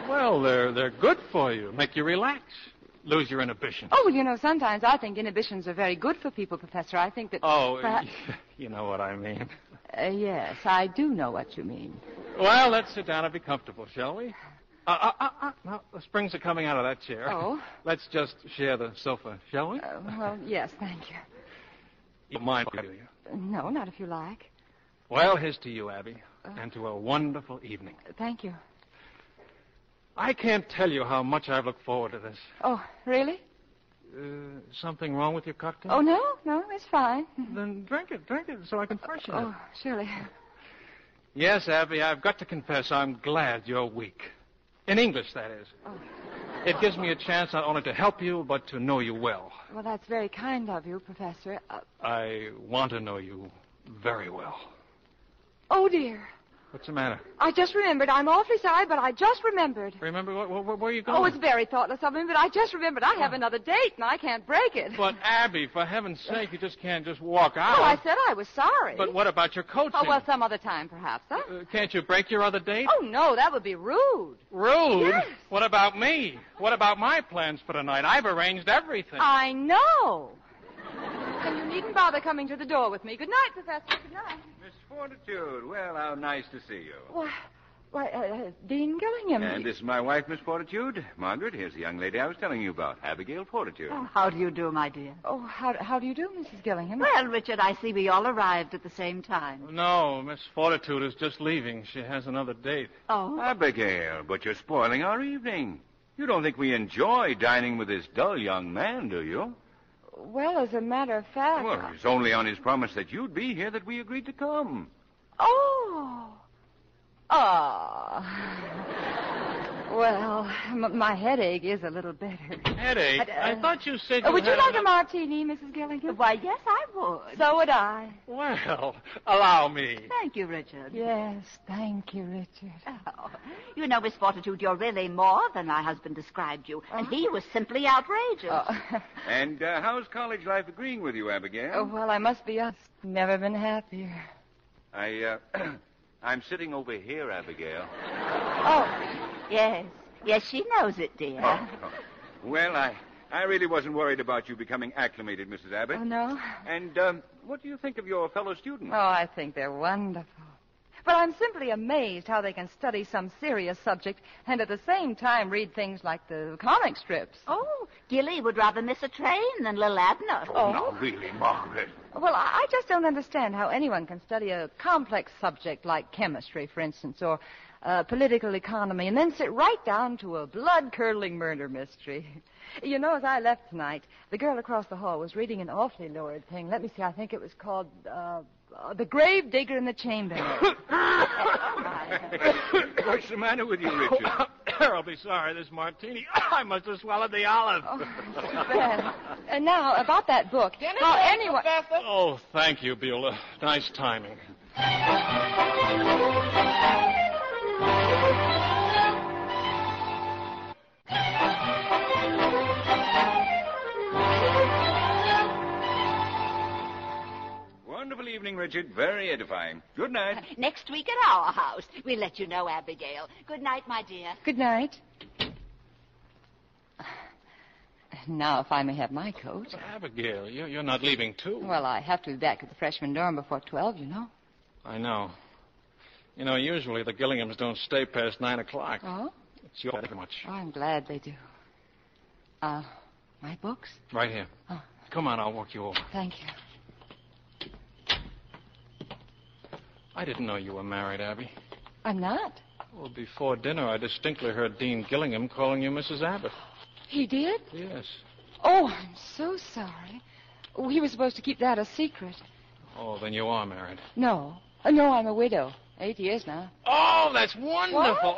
[SPEAKER 6] Well, they're they're good for you. Make you relax, lose your inhibition.
[SPEAKER 4] Oh well, you know, sometimes I think inhibitions are very good for people, Professor. I think that.
[SPEAKER 6] Oh,
[SPEAKER 4] perhaps-
[SPEAKER 6] you know what I mean.
[SPEAKER 4] uh, yes, I do know what you mean.
[SPEAKER 6] Well, let's sit down and be comfortable, shall we? Uh, uh, uh, uh, no, the springs are coming out of that chair.
[SPEAKER 4] Oh.
[SPEAKER 6] Let's just share the sofa, shall we?
[SPEAKER 4] Uh, well, yes, thank you.
[SPEAKER 6] you don't mind, do you?
[SPEAKER 4] Uh, No, not if you like.
[SPEAKER 6] Well, here's to you, Abby, and to a wonderful evening.
[SPEAKER 4] Uh, Thank you.
[SPEAKER 6] I can't tell you how much I've looked forward to this.
[SPEAKER 4] Oh really?
[SPEAKER 6] Uh, something wrong with your cocktail?
[SPEAKER 4] Oh no, no, it's fine.
[SPEAKER 6] Then drink it, drink it, so I can freshen it.
[SPEAKER 4] Oh, surely.
[SPEAKER 6] Yes, Abby, I've got to confess I'm glad you're weak. In English, that is. It gives me a chance not only to help you, but to know you well.
[SPEAKER 4] Well, that's very kind of you, Professor. Uh,
[SPEAKER 6] I want to know you very well.
[SPEAKER 4] oh, dear.
[SPEAKER 6] What's the matter?
[SPEAKER 4] I just remembered. I'm awfully sorry, but I just remembered.
[SPEAKER 6] Remember, wh- wh- where are you going?
[SPEAKER 4] Oh, it's very thoughtless of me, but I just remembered I have another date and I can't break it.
[SPEAKER 6] But, Abby, for heaven's sake, you just can't just walk out.
[SPEAKER 4] Oh, I said I was sorry.
[SPEAKER 6] But what about your coaching?
[SPEAKER 4] Oh, well, some other time, perhaps, huh?
[SPEAKER 6] Uh, Can't you break your other date?
[SPEAKER 4] Oh, no, that would be rude.
[SPEAKER 6] Rude?
[SPEAKER 4] Yes.
[SPEAKER 6] What about me? What about my plans for tonight? I've arranged everything.
[SPEAKER 4] I know. and you needn't bother coming to the door with me. Good night, Professor. Good night.
[SPEAKER 5] Miss Fortitude, well, how nice to see you.
[SPEAKER 4] Why, why uh, uh, Dean Gillingham.
[SPEAKER 5] And this is my wife, Miss Fortitude. Margaret, here's the young lady I was telling you about, Abigail Fortitude.
[SPEAKER 12] Oh, how do you do, my dear?
[SPEAKER 4] Oh, how, how do you do, Mrs. Gillingham?
[SPEAKER 12] Well, Richard, I see we all arrived at the same time.
[SPEAKER 6] No, Miss Fortitude is just leaving. She has another date.
[SPEAKER 12] Oh.
[SPEAKER 5] Abigail, but you're spoiling our evening. You don't think we enjoy dining with this dull young man, do you?
[SPEAKER 4] Well, as a matter of fact.
[SPEAKER 5] Well, it's only on his promise that you'd be here that we agreed to come.
[SPEAKER 4] Oh. Ah. well, m- my headache is a little better.
[SPEAKER 6] Headache?
[SPEAKER 4] I'd, uh,
[SPEAKER 6] I thought you said
[SPEAKER 4] uh,
[SPEAKER 6] you
[SPEAKER 4] would you
[SPEAKER 6] had
[SPEAKER 4] like a
[SPEAKER 6] another-
[SPEAKER 4] martini, Mrs. Gillingham?
[SPEAKER 12] Why, yes, I would.
[SPEAKER 4] So would I.
[SPEAKER 6] Well, allow me.
[SPEAKER 12] Thank you, Richard.
[SPEAKER 4] Yes, thank you, Richard.
[SPEAKER 12] Oh, you know, Miss Fortitude, you're really more than my husband described you, and he
[SPEAKER 4] Oh.
[SPEAKER 12] was simply outrageous.
[SPEAKER 5] And uh, how's college life agreeing with you, Abigail?
[SPEAKER 4] Oh, well, I must be honest. Never been happier.
[SPEAKER 5] I, uh, I'm sitting over here, Abigail.
[SPEAKER 12] Oh, yes. Yes, she knows it, dear.
[SPEAKER 8] Oh.
[SPEAKER 5] Well, I, I really wasn't worried about you becoming acclimated, Mrs. Abbott.
[SPEAKER 4] Oh, no?
[SPEAKER 5] And um, what do you think of your fellow students?
[SPEAKER 4] Oh, I think they're wonderful. But I'm simply amazed how they can study some serious subject and at the same time read things like the comic strips.
[SPEAKER 12] Oh, Gilly would rather miss a train than little Abner.
[SPEAKER 4] Oh.
[SPEAKER 1] Oh,
[SPEAKER 5] Not really, Margaret.
[SPEAKER 4] Well, I I just don't understand how anyone can study a complex subject like chemistry, for instance, or uh, political economy, and then sit right down to a blood-curdling murder mystery. You know, as I left tonight, the girl across the hall was reading an awfully lurid thing. Let me see, I think it was called uh, uh, "The Grave Digger in the Chamber."
[SPEAKER 5] What's the matter with you, Richard?
[SPEAKER 6] I'll be sorry, this martini. I must have swallowed the olive.
[SPEAKER 4] Oh. Bad. and now about that book. How anyone?
[SPEAKER 6] Oh, thank you, Beulah. Nice timing.
[SPEAKER 5] Wonderful evening, Richard. Very edifying. Good night.
[SPEAKER 12] Next week at our house. We'll let you know, Abigail. Good night, my dear.
[SPEAKER 4] Good night. Now, if I may have my coat.
[SPEAKER 6] Abigail, you- you're not leaving, too.
[SPEAKER 4] Well, I have to be back at the freshman dorm before 12, you know.
[SPEAKER 6] I know. You know, usually the Gillinghams don't stay past 9 o'clock.
[SPEAKER 4] Oh?
[SPEAKER 6] It's your too much.
[SPEAKER 4] Oh, I'm glad they do. Uh, my books?
[SPEAKER 6] Right here.
[SPEAKER 4] Oh.
[SPEAKER 6] Come on, I'll walk you over.
[SPEAKER 4] Thank you.
[SPEAKER 6] I didn't know you were married, Abby.
[SPEAKER 4] I'm not.
[SPEAKER 6] Well, before dinner, I distinctly heard Dean Gillingham calling you Mrs. Abbott.
[SPEAKER 4] He did?
[SPEAKER 6] Yes.
[SPEAKER 4] Oh, I'm so sorry. Oh, he was supposed to keep that a secret.
[SPEAKER 6] Oh, then you are married.
[SPEAKER 4] No. Uh, no, I'm a widow. Eight years now.
[SPEAKER 6] Oh, that's wonderful.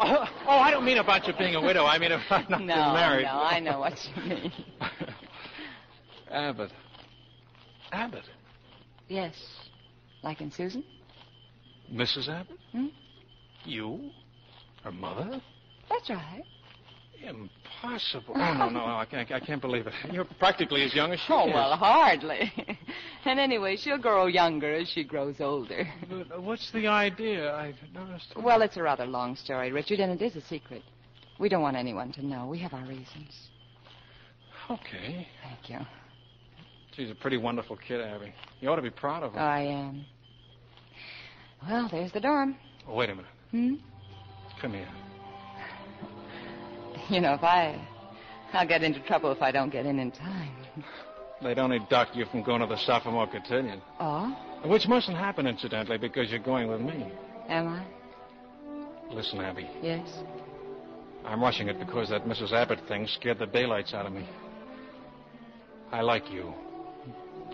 [SPEAKER 6] Oh, I don't mean about you being a widow. I mean about not being married.
[SPEAKER 4] no, I know what you mean.
[SPEAKER 6] Abbott. Abbott?
[SPEAKER 4] yes. Like in Susan?
[SPEAKER 6] Mrs. Abbott?
[SPEAKER 4] Hmm?
[SPEAKER 6] You? Her mother?
[SPEAKER 4] That's right.
[SPEAKER 6] Impossible. Oh, no, no, I can't, I can't believe it. You're practically as young as she
[SPEAKER 4] Oh,
[SPEAKER 6] is.
[SPEAKER 4] well, hardly. and anyway, she'll grow younger as she grows older.
[SPEAKER 6] But uh, what's the idea? I've noticed.
[SPEAKER 4] Well, it's a rather long story, Richard, and it is a secret. We don't want anyone to know. We have our reasons.
[SPEAKER 6] Okay.
[SPEAKER 4] Thank you.
[SPEAKER 6] She's a pretty wonderful kid, Abby. You ought to be proud of her.
[SPEAKER 4] I am. well, there's the dorm.
[SPEAKER 6] Oh, wait a minute.
[SPEAKER 4] Hmm?
[SPEAKER 6] Come here.
[SPEAKER 4] You know, if I. I'll get into trouble if I don't get in in time.
[SPEAKER 6] They'd only dock you from going to the sophomore cotillion,
[SPEAKER 4] Oh?
[SPEAKER 6] which mustn't happen, incidentally, because you're going with me.
[SPEAKER 4] Am I?
[SPEAKER 6] Listen, Abby,
[SPEAKER 4] Yes.
[SPEAKER 6] I'm rushing it because that Mrs. Abbott thing scared the daylights out of me. I like you.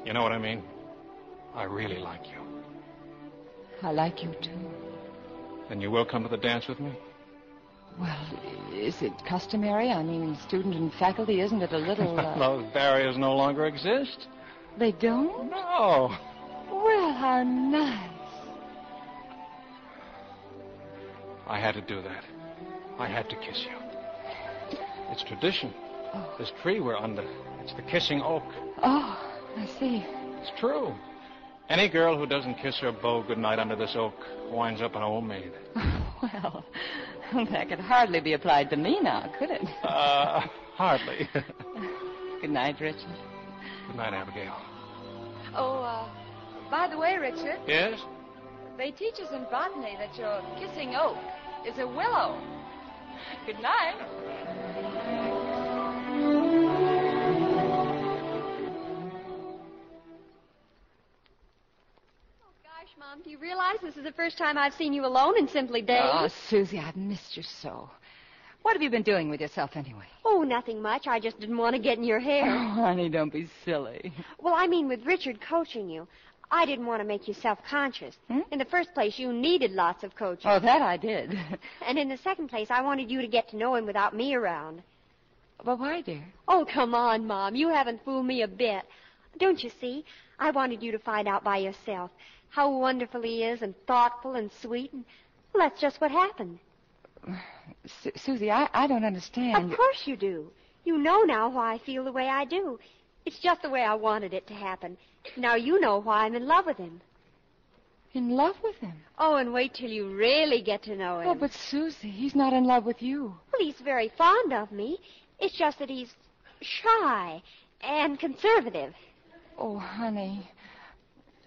[SPEAKER 6] You know what I mean? I really like you.
[SPEAKER 4] I like you, too.
[SPEAKER 6] Then you will come to the dance with me?
[SPEAKER 4] Well, is it customary? I mean, student and faculty, isn't it a little. Uh,
[SPEAKER 6] Those barriers no longer exist. Oh,
[SPEAKER 4] they don't?
[SPEAKER 6] No.
[SPEAKER 4] Well, how nice.
[SPEAKER 6] I had to do that. I had to kiss you. It's tradition. This tree we're under, it's the kissing oak.
[SPEAKER 4] Oh, I see.
[SPEAKER 6] It's true. Any girl who doesn't kiss her beau goodnight under this oak winds up an old maid.
[SPEAKER 4] Well, that could hardly be applied to me now, could it?
[SPEAKER 6] Uh, hardly. Good
[SPEAKER 4] Good night, Richard.
[SPEAKER 6] night, Abigail.
[SPEAKER 13] Oh, uh, by the way, Richard,
[SPEAKER 6] Yes?
[SPEAKER 13] they teach us in botany that your kissing oak is a willow. Good night.
[SPEAKER 4] Oh,
[SPEAKER 3] Gosh, Mom, do you realize this is the first time I've seen you alone in simply days?
[SPEAKER 4] Oh, Susie, I've missed you so. What have you been doing with yourself anyway?
[SPEAKER 3] Oh, nothing much. I just didn't want to get in your hair.
[SPEAKER 4] Oh, honey, don't be silly.
[SPEAKER 3] Well, I mean, with Richard coaching you, I didn't want to make you self-conscious. In the first place, you needed lots of coaching.
[SPEAKER 4] Hmm? Oh, that I did.
[SPEAKER 3] And in the second place, I wanted you to get to know him without me around.
[SPEAKER 4] But why, dear?
[SPEAKER 3] Oh, come on, Mom. You haven't fooled me a bit. Don't you see? I wanted you to find out by yourself how wonderful he is and thoughtful and sweet. And, well, that's just what happened.
[SPEAKER 4] Su- Susie, I, I don't understand.
[SPEAKER 3] Of course you do. You know now why I feel the way I do. It's just the way I wanted it to happen. Now you know why I'm in love with him.
[SPEAKER 4] In love with him?
[SPEAKER 3] Oh, and wait till you really get to know him.
[SPEAKER 4] Oh, but Susie, he's not in love with you.
[SPEAKER 3] Well, he's very fond of me. It's just that he's shy and conservative.
[SPEAKER 4] Oh, honey.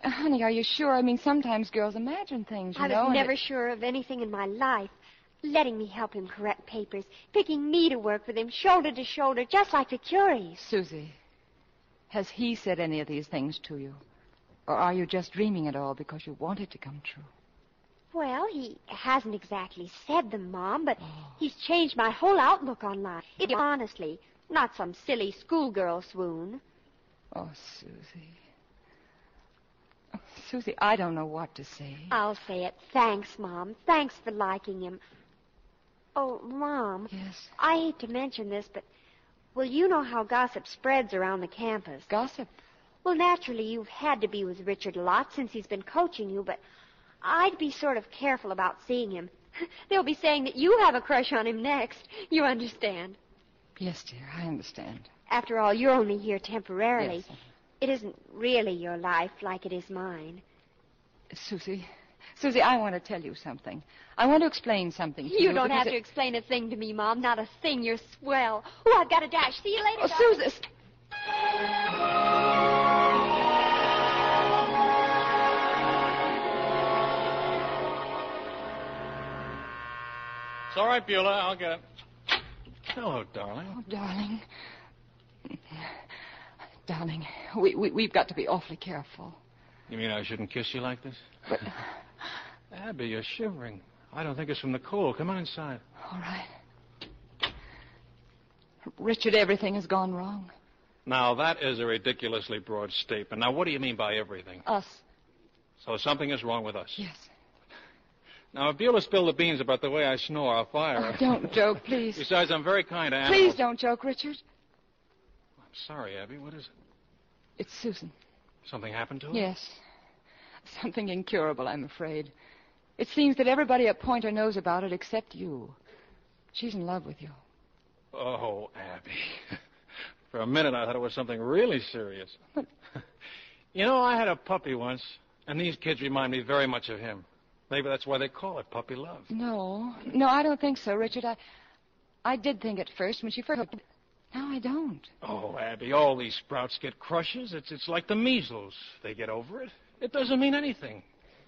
[SPEAKER 4] Honey, are you sure? I mean, sometimes girls imagine things, you
[SPEAKER 3] I
[SPEAKER 4] know.
[SPEAKER 3] was
[SPEAKER 4] and
[SPEAKER 3] never
[SPEAKER 4] it-
[SPEAKER 3] sure of anything in my life. Letting me help him correct papers, picking me to work with him, shoulder to shoulder, just like the Curies.
[SPEAKER 4] Susie, has he said any of these things to you? Or are you just dreaming it all because you want it to come true?
[SPEAKER 3] Well, he hasn't exactly said them, Mom, but
[SPEAKER 4] Oh.
[SPEAKER 3] he's changed my whole outlook on life. It, honestly, not some silly schoolgirl swoon.
[SPEAKER 4] Oh, Susie. Oh, Susie, I don't know what to say.
[SPEAKER 3] I'll say it. Thanks, Mom. Thanks for liking him. Oh, Mom.
[SPEAKER 4] Yes.
[SPEAKER 3] I hate to mention this, but well, you know how gossip spreads around the campus.
[SPEAKER 4] Gossip?
[SPEAKER 3] Well, naturally, you've had to be with Richard a lot since he's been coaching you, but I'd be sort of careful about seeing him. They'll be saying that you have a crush on him next. You understand.
[SPEAKER 4] Yes, dear, I understand.
[SPEAKER 3] After all, you're only here temporarily.
[SPEAKER 4] Yes.
[SPEAKER 3] It isn't really your life like it is mine.
[SPEAKER 4] Susie, Susie, I want to tell you something. I want to explain something to you.
[SPEAKER 3] You don't
[SPEAKER 4] because
[SPEAKER 3] have
[SPEAKER 4] it-
[SPEAKER 3] to explain a thing to me, Mom. Not a thing. You're swell. Oh, I've got a dash. See you later.
[SPEAKER 4] Oh,
[SPEAKER 3] Doc.
[SPEAKER 4] Susie. s-
[SPEAKER 6] It's all right, Beulah. I'll get it. Hello, darling.
[SPEAKER 4] Oh, darling. Darling, we, we, we've got to be awfully careful.
[SPEAKER 6] You mean I shouldn't kiss you like this? Abby, you're shivering. I don't think it's from the cold. Come on inside.
[SPEAKER 4] All right. Richard, everything has gone wrong.
[SPEAKER 6] Now, that is a ridiculously broad statement. Now, what do you mean by everything?
[SPEAKER 4] Us.
[SPEAKER 6] So something is wrong with us.
[SPEAKER 4] Yes.
[SPEAKER 6] Now, if Beulah spilled the beans about the way I snore, I'll fire
[SPEAKER 4] Oh,
[SPEAKER 6] her.
[SPEAKER 4] don't joke, please.
[SPEAKER 6] Besides, I'm very kind to animals.
[SPEAKER 4] Please don't joke, Richard.
[SPEAKER 6] I'm sorry, Abby. What is it?
[SPEAKER 4] It's Susan.
[SPEAKER 6] Something happened to her?
[SPEAKER 4] Yes. Something incurable, I'm afraid. It seems that everybody at Pointer knows about it except you. She's in love with you.
[SPEAKER 6] Oh, Abby. For a minute, I thought it was something really serious. you know, I had a puppy once, and these kids remind me very much of him. Maybe that's why they call it puppy love.
[SPEAKER 4] No. No, I don't think so, Richard. I I did think at first when she first now I don't.
[SPEAKER 6] Oh, Abby, all these sprouts get crushes. It's, it's like the measles. They get over it. It doesn't mean anything.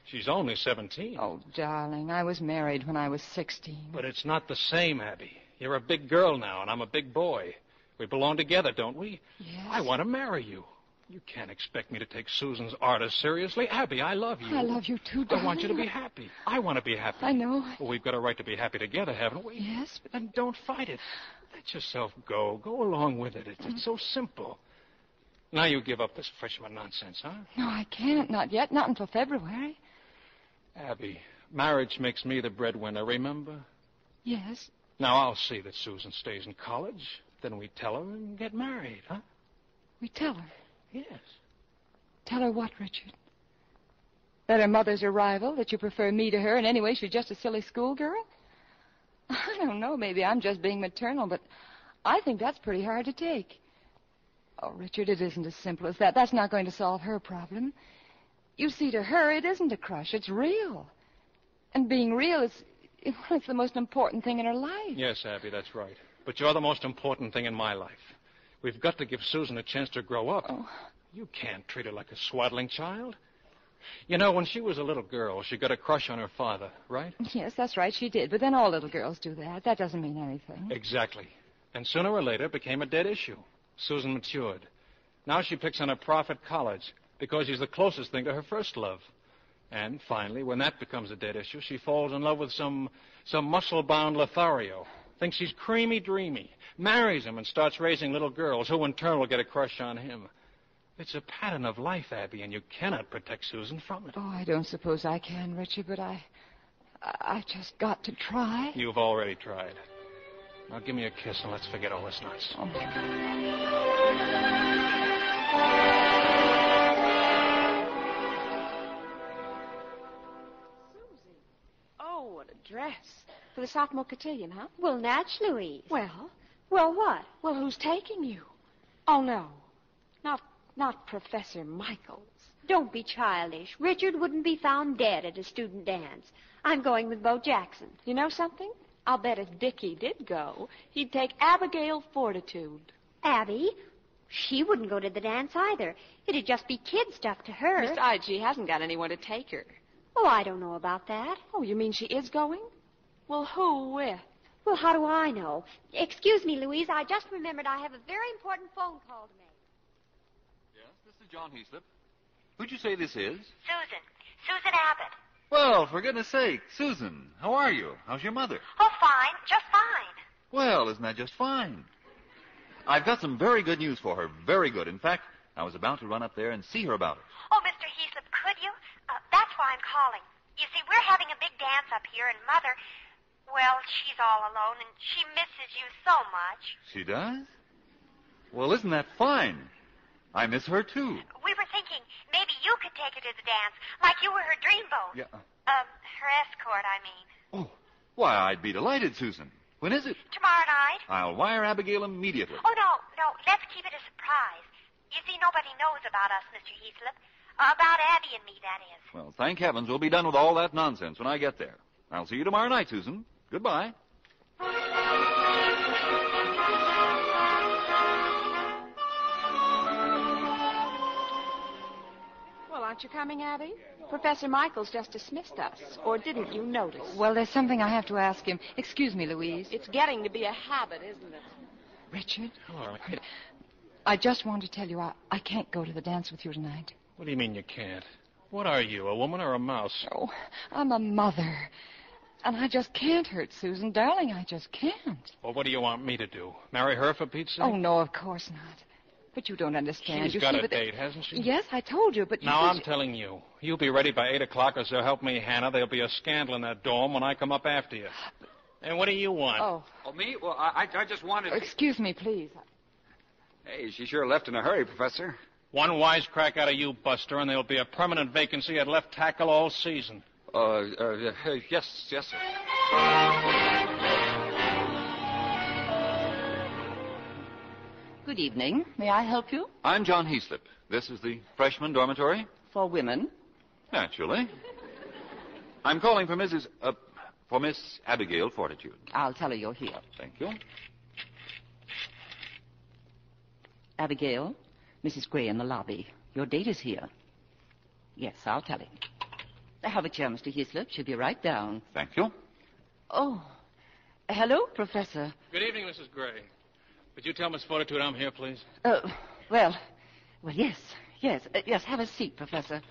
[SPEAKER 6] She's only 17.
[SPEAKER 4] Oh, darling, I was married when I was sixteen.
[SPEAKER 6] But it's not the same, Abby. You're a big girl now, and I'm a big boy. We belong together, don't we?
[SPEAKER 4] Yes.
[SPEAKER 6] I want to marry you. You can't expect me to take Susan's ardor seriously. Abby, I love you.
[SPEAKER 4] I love you too,
[SPEAKER 6] I
[SPEAKER 4] darling.
[SPEAKER 6] want you to be happy. I want to be happy.
[SPEAKER 4] I know.
[SPEAKER 6] Well, we've got a right to be happy together, haven't we?
[SPEAKER 4] Yes, but
[SPEAKER 6] Then don't fight it. Let yourself go. Go along with it. It's, it's so simple. Now you give up this freshman nonsense, huh?
[SPEAKER 4] no, I can't. Not yet. Not until February.
[SPEAKER 6] Abby, marriage makes me the breadwinner, remember?
[SPEAKER 4] Yes.
[SPEAKER 6] Now, I'll see that Susan stays in college. Then we tell her and get married, huh?
[SPEAKER 4] We tell her.
[SPEAKER 6] Yes.
[SPEAKER 4] Tell her what, Richard? That her mother's a rival, that you prefer me to her, and anyway she's just a silly schoolgirl? I don't know, maybe I'm just being maternal, but I think that's pretty hard to take. Oh, Richard, it isn't as simple as that. That's not going to solve her problem. You see, to her, it isn't a crush, it's real. And being real is it's the most important thing in her life.
[SPEAKER 6] Yes, Abby, that's right. But you're the most important thing in my life. We've got to give Susan a chance to grow up. You can't treat her like a swaddling child. You know, when she was a little girl, she got a crush on her father, right?
[SPEAKER 4] Yes, that's right, she did. But then all little girls do that. That doesn't mean anything.
[SPEAKER 6] Exactly. And sooner or later, it became a dead issue. Susan matured. Now she picks on a private college because he's the closest thing to her first love. And finally, when that becomes a dead issue, she falls in love with some some muscle-bound Lothario. Thinks he's creamy, dreamy. Marries him and starts raising little girls, who in turn will get a crush on him. It's a pattern of life, Abby, and you cannot protect Susan from it.
[SPEAKER 4] Oh, I don't suppose I can, Richard, but I. I- I've just got to try.
[SPEAKER 6] You've already tried. Now give me a kiss and let's forget all this nonsense.
[SPEAKER 10] Oh, what a dress. For the sophomore cotillion, huh?
[SPEAKER 14] Well, naturally.
[SPEAKER 10] Well?
[SPEAKER 14] Well, what?
[SPEAKER 10] Well, who's taking you? Oh, no. Not, not Professor Michaels.
[SPEAKER 14] Don't be childish. Richard wouldn't be found dead at a student dance. I'm going with Bo Jackson.
[SPEAKER 10] You know something? I'll bet if Dickie did go, he'd take Abigail Fortitude.
[SPEAKER 14] Abby, she wouldn't go to the dance either. It'd just be kid stuff to her.
[SPEAKER 10] Besides, she hasn't got anyone to take her.
[SPEAKER 14] Oh, I don't know about that.
[SPEAKER 10] Oh, you mean she is going? Well, who with?
[SPEAKER 14] Well, how do I know? Excuse me, Louise. I just remembered I have a very important phone call to make.
[SPEAKER 15] Yes, this is John Heaslip. Who'd you say this is?
[SPEAKER 3] Susan. Susan Abbott.
[SPEAKER 15] Well, for goodness sake, Susan, how are you? How's your mother?
[SPEAKER 3] Oh, fine. Just fine.
[SPEAKER 15] Well, isn't that just fine? I've got some very good news for her. Very good. In fact, I was about to run up there and see her about it.
[SPEAKER 3] Oh, Mr. Heaslip, could you? Uh, that's why I'm calling. You see, we're having a big dance up here, and Mother, well, she's all alone, and she misses you so much.
[SPEAKER 15] She does? Well, isn't that fine? I miss her too.
[SPEAKER 3] We were thinking maybe you could take her to the dance, like you were her dreamboat.
[SPEAKER 15] Yeah. Oh,
[SPEAKER 3] Um, her escort, I mean.
[SPEAKER 15] Why, I'd be delighted, Susan. When is it?
[SPEAKER 3] Tomorrow night?
[SPEAKER 15] I'll wire Abigail immediately.
[SPEAKER 3] Oh, no, no. Let's keep it a surprise. You see, nobody knows about us, Mr. Heaslip. About Abby and me, that is.
[SPEAKER 15] Well, thank heavens we'll be done with all that nonsense when I get there. I'll see you tomorrow night, Susan. Goodbye.
[SPEAKER 10] Well, aren't you coming, Abby? Professor Michaels just dismissed us. Or didn't you notice?
[SPEAKER 4] Well, there's something I have to ask him. Excuse me, Louise.
[SPEAKER 10] It's getting to be a habit, isn't it?
[SPEAKER 4] Richard, I just want to tell you I, I can't go to the dance with you tonight.
[SPEAKER 6] What do you mean you can't? What are you, a woman or a mouse?
[SPEAKER 4] Oh. I'm a mother. And I just can't hurt Susan. Darling, I just can't.
[SPEAKER 6] Well, what do you want me to do? Marry her for Pete's sake?
[SPEAKER 4] Oh, no, of course not. But you don't understand.
[SPEAKER 6] She's
[SPEAKER 4] you
[SPEAKER 6] got
[SPEAKER 4] see,
[SPEAKER 6] a
[SPEAKER 4] but-
[SPEAKER 6] date, hasn't she?
[SPEAKER 4] Yes, I told you, but you
[SPEAKER 6] Now
[SPEAKER 4] see,
[SPEAKER 6] I'm
[SPEAKER 4] she-
[SPEAKER 6] telling you, you'll be ready by eight o'clock, or so help me, Hannah. There'll be a scandal in that dorm when I come up after you. And what do you want?
[SPEAKER 4] Oh.
[SPEAKER 16] Oh, me? Well, I, I I just wanted. to-
[SPEAKER 4] Excuse me, please.
[SPEAKER 16] Hey, she sure left in a hurry, Professor.
[SPEAKER 6] One wisecrack out of you, Buster, and there'll be a permanent vacancy at left tackle all season.
[SPEAKER 16] Uh, uh yes, yes, sir.
[SPEAKER 17] Good evening. May I help you?
[SPEAKER 15] I'm John Heaslip. This is the freshman dormitory.
[SPEAKER 17] For women?
[SPEAKER 15] Naturally. I'm calling for Mrs. Uh, for Miss Abigail Fortitude.
[SPEAKER 17] I'll tell her you're here.
[SPEAKER 15] Thank you.
[SPEAKER 17] Abigail, Mrs. Gray in the lobby. Your date is here. Yes, I'll tell him. Have a chair, Mr. Heaslip. She'll be right down.
[SPEAKER 15] Thank you.
[SPEAKER 17] Oh. Hello, Professor.
[SPEAKER 6] Good evening, Mrs. Gray. Would you tell Miss Fortitude I'm here, please?
[SPEAKER 17] Oh, well. Well, yes. Yes. uh, yes, have a seat, Professor.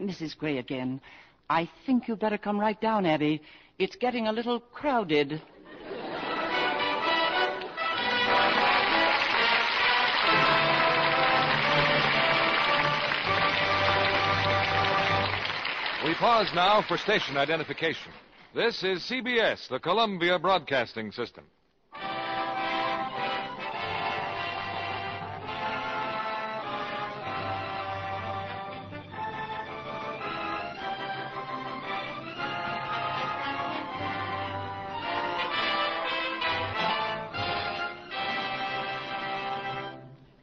[SPEAKER 17] Mrs. Gray again. I think you'd better come right down, Abby. It's getting a little crowded.
[SPEAKER 1] We pause now for station identification. This is CBS, the Columbia Broadcasting System.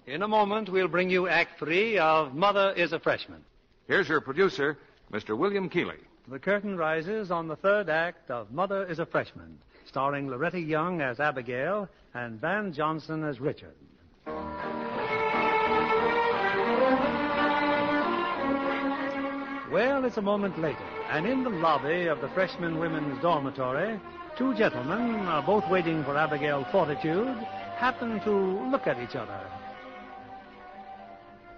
[SPEAKER 2] In a moment, we'll bring you Act Three of Mother is a Freshman.
[SPEAKER 1] Here's your producer, Mr. William Keeley.
[SPEAKER 2] The curtain rises on the third act of Mother is a Freshman, starring Loretta Young as Abigail and Van Johnson as Richard. Well, it's a moment later, and in the lobby of the freshman women's dormitory, two gentlemen, uh, both waiting for Abigail Fortitude, happen to look at each other.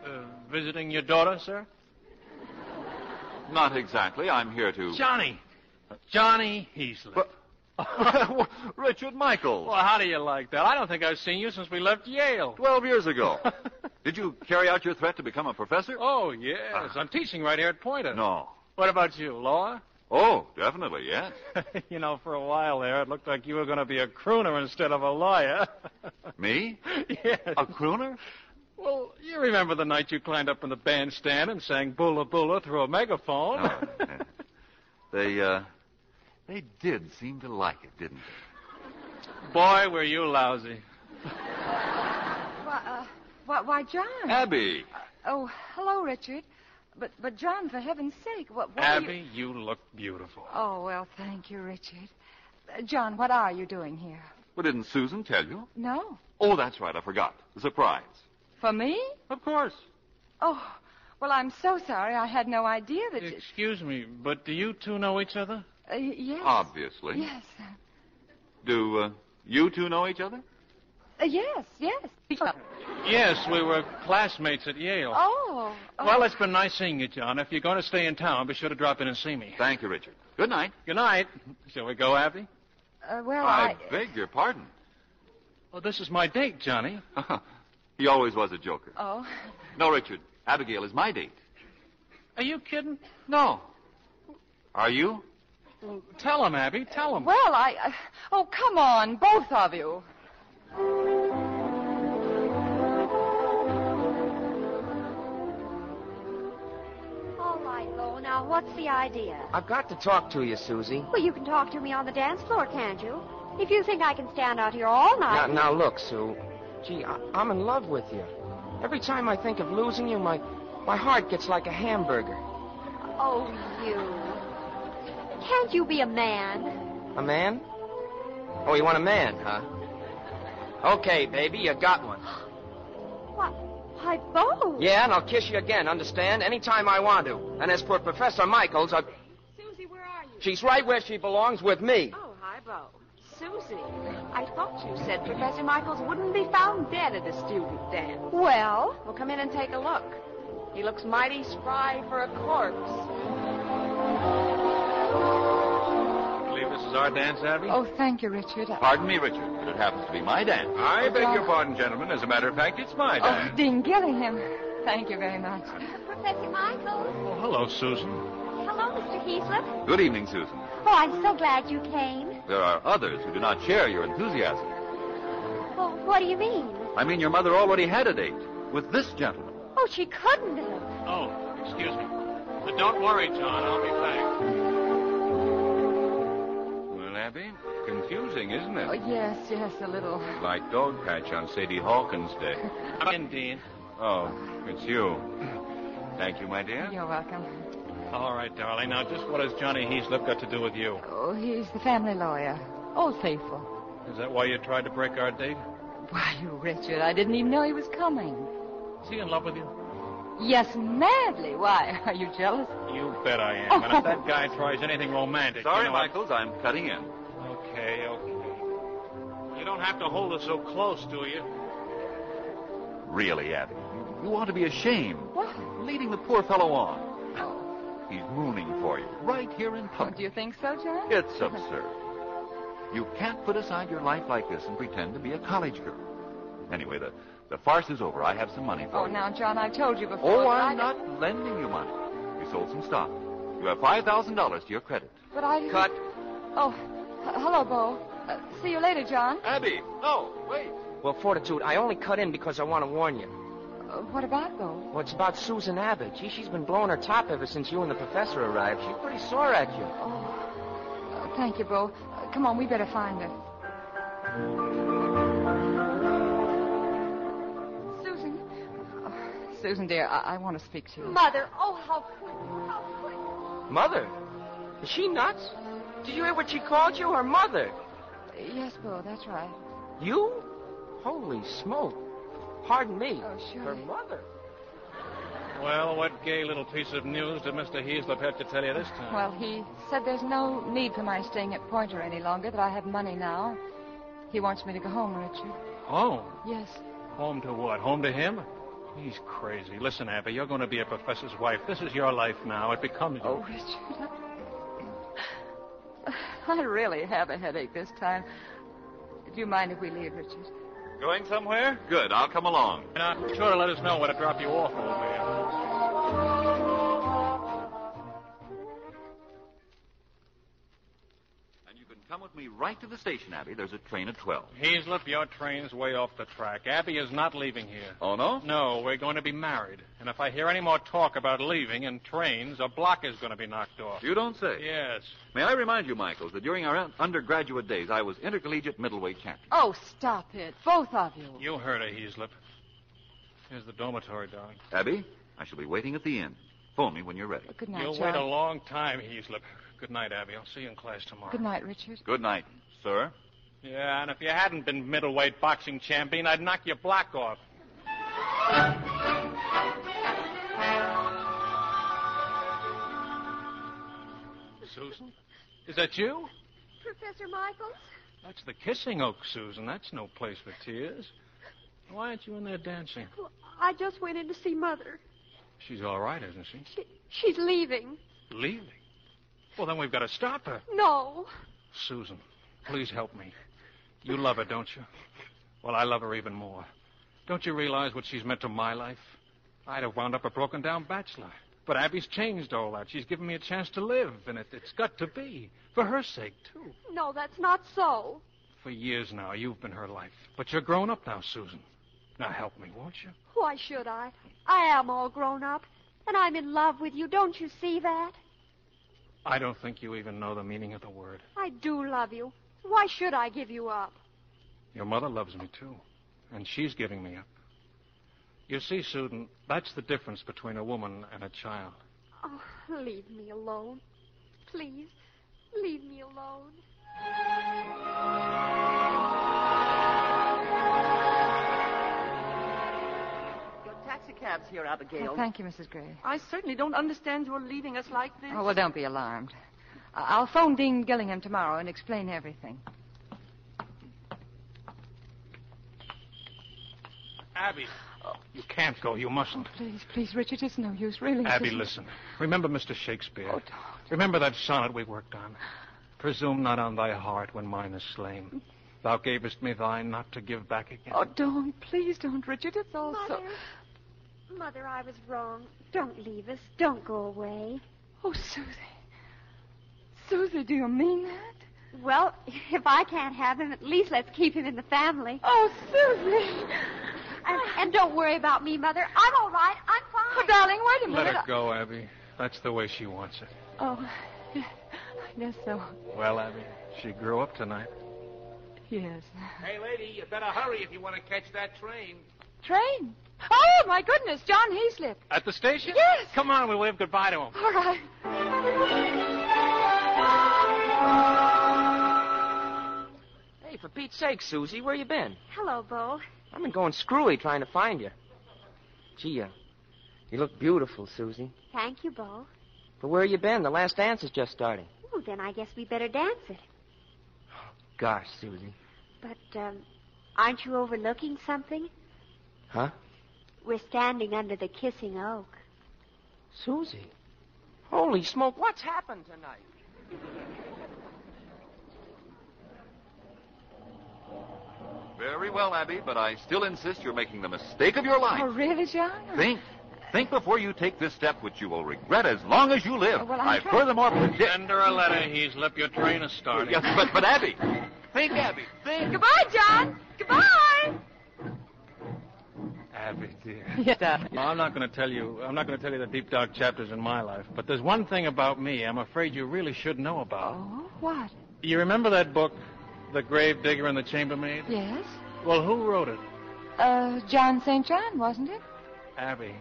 [SPEAKER 6] Uh, visiting your daughter, sir?
[SPEAKER 15] Not exactly. I'm here to.
[SPEAKER 6] Johnny. Johnny Heaslip.
[SPEAKER 15] Richard Michaels.
[SPEAKER 6] Well, how do you like that? I don't think I've seen you since we left Yale.
[SPEAKER 15] Twelve years ago. Did you carry out your threat to become a professor?
[SPEAKER 6] Oh, yes. I'm teaching right here at Poynter.
[SPEAKER 15] No.
[SPEAKER 6] What about you, Laura?
[SPEAKER 15] Oh, definitely, yes.
[SPEAKER 6] you know, for a while there, it looked like you were going to be a crooner instead of a lawyer.
[SPEAKER 15] Me?
[SPEAKER 6] yes.
[SPEAKER 15] A crooner?
[SPEAKER 6] Well, you remember the night you climbed up in the bandstand and sang Bula Bula through a megaphone.
[SPEAKER 15] They, uh, they did seem to like it, didn't
[SPEAKER 6] Boy, were you lousy.
[SPEAKER 4] Why, uh, why, why, John?
[SPEAKER 15] they? Abby.
[SPEAKER 4] Oh, hello, Richard. But, but John, for heaven's sake, what? what Are you...
[SPEAKER 6] Abby, you look beautiful.
[SPEAKER 4] Oh well, thank you, Richard. Uh, John, what are you doing here?
[SPEAKER 15] Well, didn't Susan tell you?
[SPEAKER 4] No,
[SPEAKER 15] Oh, that's right. I forgot. The surprise.
[SPEAKER 4] for me?
[SPEAKER 6] Of course.
[SPEAKER 4] Oh, well, I'm so sorry. I had no idea that. you-
[SPEAKER 6] Excuse me, but do you two know each other?
[SPEAKER 4] Uh, y- yes.
[SPEAKER 6] Oh,
[SPEAKER 15] Obviously.
[SPEAKER 4] Yes.
[SPEAKER 15] Do uh, you two know each other?
[SPEAKER 4] Uh, yes. Yes.
[SPEAKER 6] Yes, we were classmates at Yale.
[SPEAKER 4] Oh. oh.
[SPEAKER 6] Well, it's been nice seeing you, John. If you're going to stay in town, be sure to drop in and see me.
[SPEAKER 15] Thank you, Richard. Good night.
[SPEAKER 6] Good night. Shall we go, Abby?
[SPEAKER 4] Uh, well,
[SPEAKER 15] I beg your pardon.
[SPEAKER 6] Well, Oh, this is my date, Johnny.
[SPEAKER 15] he always was a joker.
[SPEAKER 4] Oh.
[SPEAKER 15] No, Richard. Abigail is my date.
[SPEAKER 6] Are you kidding?
[SPEAKER 15] No. Are you?
[SPEAKER 6] Well, tell him, Abby. Tell him.
[SPEAKER 4] Well, I. Uh, oh, come on, both of you.
[SPEAKER 3] All right, Lo, now what's the idea?
[SPEAKER 9] I've got to talk to you, Susie.
[SPEAKER 3] Well, you can talk to me on the dance floor, can't you? If you think I can stand out here all
[SPEAKER 9] Now,
[SPEAKER 3] night.
[SPEAKER 9] now look, Sue. Gee, I, I'm in love with you. Every time I think of losing you, my my heart gets like a hamburger.
[SPEAKER 3] Oh, you. Can't you be a man?
[SPEAKER 9] A man? Oh, you want a man, huh? Okay, baby, you got one.
[SPEAKER 3] What? Why, Bo?
[SPEAKER 9] Yeah, and I'll kiss you again, understand? Anytime I want to. And as for Professor Michaels, I...
[SPEAKER 10] Susie, where are you?
[SPEAKER 9] she's right where she belongs with me.
[SPEAKER 10] Oh, hi, Bo. Susie, I thought you said Professor Michaels wouldn't be found dead at a student dance.
[SPEAKER 3] Well?
[SPEAKER 10] Well, come in and take a look. He looks mighty spry for a corpse.
[SPEAKER 6] believe this is our dance, Abby?
[SPEAKER 18] Oh, thank you, Richard. I-
[SPEAKER 15] Pardon me, Richard, but it happens to be my dance.
[SPEAKER 1] I beg your pardon, gentlemen. As a matter of fact, it's my
[SPEAKER 18] Oh, Dean Gillingham. Thank you very much.
[SPEAKER 3] Professor Michaels?
[SPEAKER 6] Oh, hello, Susan.
[SPEAKER 3] Hello, Mr. Heaslip.
[SPEAKER 15] Good evening, Susan.
[SPEAKER 3] Oh, I'm so glad you came.
[SPEAKER 15] There are others who do not share your enthusiasm.
[SPEAKER 3] Well, what do you mean?
[SPEAKER 15] I mean, your mother already had a date with this gentleman.
[SPEAKER 3] Oh, she couldn't have.
[SPEAKER 6] Oh, excuse me. But don't worry, John. I'll be back.
[SPEAKER 5] Well, Abby, confusing, isn't
[SPEAKER 18] Oh,
[SPEAKER 5] it?
[SPEAKER 18] yes, yes, a little.
[SPEAKER 5] Like dog patch on Sadie Hawkins' day.
[SPEAKER 6] I'm in, Dean.
[SPEAKER 5] Oh, it's you. Thank you, my dear.
[SPEAKER 18] You're welcome.
[SPEAKER 6] All right, darling. Now, just what has Johnny Heaslip got to do with you?
[SPEAKER 18] Oh, he's the family lawyer. Old faithful.
[SPEAKER 6] Is that why you tried to break our date?
[SPEAKER 18] Why, you Richard, I didn't even know he was coming.
[SPEAKER 6] Is he in love with you?
[SPEAKER 18] Yes, madly. Why? Are you jealous?
[SPEAKER 6] You bet I am. And if that guy tries anything romantic,
[SPEAKER 15] Sorry,
[SPEAKER 6] you know,
[SPEAKER 15] Michaels, I'm cutting in.
[SPEAKER 6] Okay, okay. You don't have to hold us so close, do you?
[SPEAKER 15] Really, Abby, you, you ought to be ashamed.
[SPEAKER 18] What?
[SPEAKER 15] Leading the poor fellow on. He's mooning for you, right here in
[SPEAKER 18] Oh,
[SPEAKER 15] public.
[SPEAKER 18] do you think so, John?
[SPEAKER 15] It's absurd. You can't put aside your life like this and pretend to be a college girl. Anyway, the, the farce is over. I have some money for
[SPEAKER 18] Oh,
[SPEAKER 15] you.
[SPEAKER 18] now, John, I've told you before.
[SPEAKER 15] Oh,
[SPEAKER 18] that I
[SPEAKER 15] I'm
[SPEAKER 18] don't-
[SPEAKER 15] not lending you money. We sold some stock. You have $5,000 to your credit.
[SPEAKER 4] But I.
[SPEAKER 15] Cut.
[SPEAKER 4] Oh, h- hello, Bo. Uh, see you later, John.
[SPEAKER 15] Abby, no, wait.
[SPEAKER 9] Well, Fortitude, I only cut in because I want to warn you.
[SPEAKER 4] Uh, what about Bo?
[SPEAKER 9] Well, it's about Susan Abbott. Gee, she's been blowing her top ever since you and the professor arrived. She's pretty sore at you.
[SPEAKER 10] Oh.
[SPEAKER 4] Uh, thank you, Bo. Uh, come on, we better find her. Susan. Oh, Susan, dear, I, I want to speak to you.
[SPEAKER 19] Mother, oh, how quick, how quick.
[SPEAKER 9] Mother? Is she nuts? Did you hear what she called you? Her mother.
[SPEAKER 4] Yes, Bo, that's right.
[SPEAKER 9] You? Holy smoke. Pardon me.
[SPEAKER 4] Oh, sure.
[SPEAKER 9] Her mother.
[SPEAKER 6] Well, what gay little piece of news did Mr. Heaslip have to tell you this time?
[SPEAKER 4] Well, he said there's no need for my staying at Pointer any longer, that I have money now. He wants me to go home, Richard.
[SPEAKER 6] Home?
[SPEAKER 4] Yes.
[SPEAKER 6] Oh. Home to what? Home to him? He's crazy. Listen, Abby, you're going to be a professor's wife. This is your life now. It becomes you.
[SPEAKER 4] Oh, Richard. I really have a headache this time. Do you mind if we leave, Richard?
[SPEAKER 6] Going somewhere?
[SPEAKER 15] Good, I'll come along.
[SPEAKER 6] And I'm sure to let us know where to drop you off, old man.
[SPEAKER 15] And you can come with me right to the station, Abby. There's a train at 12.
[SPEAKER 6] Heaslip, your train's way off the track. Abby is not leaving here.
[SPEAKER 15] Oh, no?
[SPEAKER 6] No, we're going to be married. And if I hear any more talk about leaving and trains, a block is going to be knocked off.
[SPEAKER 15] You don't say.
[SPEAKER 6] Yes.
[SPEAKER 15] May I remind you, Michaels, that during our un- undergraduate days, I was intercollegiate middleweight champion.
[SPEAKER 4] Oh, stop it, both of you.
[SPEAKER 6] You heard her, Heaslip. Here's the dormitory, darling.
[SPEAKER 15] Abby, I shall be waiting at the inn. Phone me when you're ready.
[SPEAKER 4] Good night,
[SPEAKER 6] You'll
[SPEAKER 4] John.
[SPEAKER 6] wait a long time, Heaslip. Good night, Abby. I'll see you in class tomorrow.
[SPEAKER 4] Good night, Richard.
[SPEAKER 15] Good night, sir.
[SPEAKER 6] Yeah, and if you hadn't been middleweight boxing champion, I'd knock your block off. Susan? Is that you?
[SPEAKER 3] Professor Michaels?
[SPEAKER 6] That's the kissing oak, Susan. That's no place for tears. Why aren't you in there dancing?
[SPEAKER 3] Well, I just went in to see Mother.
[SPEAKER 6] She's all right, isn't she?
[SPEAKER 3] She, she's leaving.
[SPEAKER 6] Leaving? Well, then we've got to stop her.
[SPEAKER 3] No.
[SPEAKER 6] Susan, please help me. You love her, don't you? Well, I love her even more. Don't you realize what she's meant to my life? I'd have wound up a broken down bachelor. But Abby's changed all that. She's given me a chance to live, and it, it's got to be. For her sake, too.
[SPEAKER 3] No, that's not so.
[SPEAKER 6] For years now, you've been her life. But you're grown up now, Susan. Now help me, won't you?
[SPEAKER 3] Why should I? I am all grown up, and I'm in love with you. Don't you see that?
[SPEAKER 6] I don't think you even know the meaning of the word.
[SPEAKER 3] I do love you. Why should I give you up?
[SPEAKER 6] Your mother loves me, too. And she's giving me up. You see, Susan, that's the difference between a woman and a child.
[SPEAKER 3] Oh, leave me alone. Please, leave me alone.
[SPEAKER 17] Your taxicab's here, Abigail.
[SPEAKER 4] Well, Oh, thank you, Mrs. Gray.
[SPEAKER 17] I certainly don't understand your leaving us like this.
[SPEAKER 4] Oh, well, don't be alarmed. I- I'll phone Dean Gillingham tomorrow and explain everything.
[SPEAKER 6] Abby. You can't go. You mustn't.
[SPEAKER 4] Please, please, Richard, it's no use, really. it
[SPEAKER 6] Abby,
[SPEAKER 4] isn't.
[SPEAKER 6] listen. Remember Mr. Shakespeare. Oh, don't. Remember that sonnet we worked on. Presume not on thy heart when mine is slain. Thou gavest me thine not to give back again.
[SPEAKER 4] Oh, don't, please don't, Richard. It's all so.
[SPEAKER 3] Mother. Mother, I was wrong. Don't leave us. Don't go away.
[SPEAKER 4] Oh, Susie. Susie, do you mean that?
[SPEAKER 3] Well, if I can't have him, at least let's keep him in the family.
[SPEAKER 4] Oh, Susie.
[SPEAKER 3] And, and don't worry about me, Mother. I'm all right. I'm fine.
[SPEAKER 4] Oh, darling, wait a minute.
[SPEAKER 6] Let her go, Abby. That's the way she wants it.
[SPEAKER 4] Oh, yes, I guess so.
[SPEAKER 6] Well, Abby, she grew up tonight.
[SPEAKER 4] Yes.
[SPEAKER 20] Hey, lady, you better hurry if you want to catch that train.
[SPEAKER 4] Train. Oh, my goodness, John Heaslip.
[SPEAKER 6] At the station? Yes. Come on, we wave goodbye to him.
[SPEAKER 4] All right.
[SPEAKER 9] Hey, for Pete's sake, Susie, where you been?
[SPEAKER 3] Hello, Bo.
[SPEAKER 9] I've been going screwy trying to find you. Gee, uh, you look beautiful, Susie.
[SPEAKER 3] Thank you, Bo.
[SPEAKER 9] But where you been? The last dance is just starting.
[SPEAKER 3] Well, then I guess we better dance it.
[SPEAKER 9] Gosh, Susie.
[SPEAKER 3] But, um, aren't you overlooking something?
[SPEAKER 9] Huh?
[SPEAKER 3] We're standing under the kissing oak.
[SPEAKER 9] Susie. Holy smoke, what's happened tonight?
[SPEAKER 15] Very well, Abby, but I still insist you're making the mistake of your life.
[SPEAKER 4] Oh, really, John?
[SPEAKER 15] Think. Think before you take this step, which you will regret as long as you live.
[SPEAKER 6] well, I'm
[SPEAKER 15] I
[SPEAKER 6] trying-
[SPEAKER 15] furthermore predict.
[SPEAKER 6] Send her a letter. He's left your train a starting.
[SPEAKER 15] Yes, but, but Abby.
[SPEAKER 6] Think, Abby. Think.
[SPEAKER 10] Goodbye, John. Goodbye.
[SPEAKER 6] Abby, dear.
[SPEAKER 18] Yeah, Dad.
[SPEAKER 6] Well, I'm not going to tell you. I'm not going to tell you the deep dark chapters in my life. But there's one thing about me. I'm afraid you really should know about.
[SPEAKER 18] What?
[SPEAKER 6] You remember that book, The Grave Digger and the Chambermaid?
[SPEAKER 18] Yes?
[SPEAKER 6] Well, who wrote it?
[SPEAKER 18] Uh, John St. John, wasn't it?
[SPEAKER 6] Abby.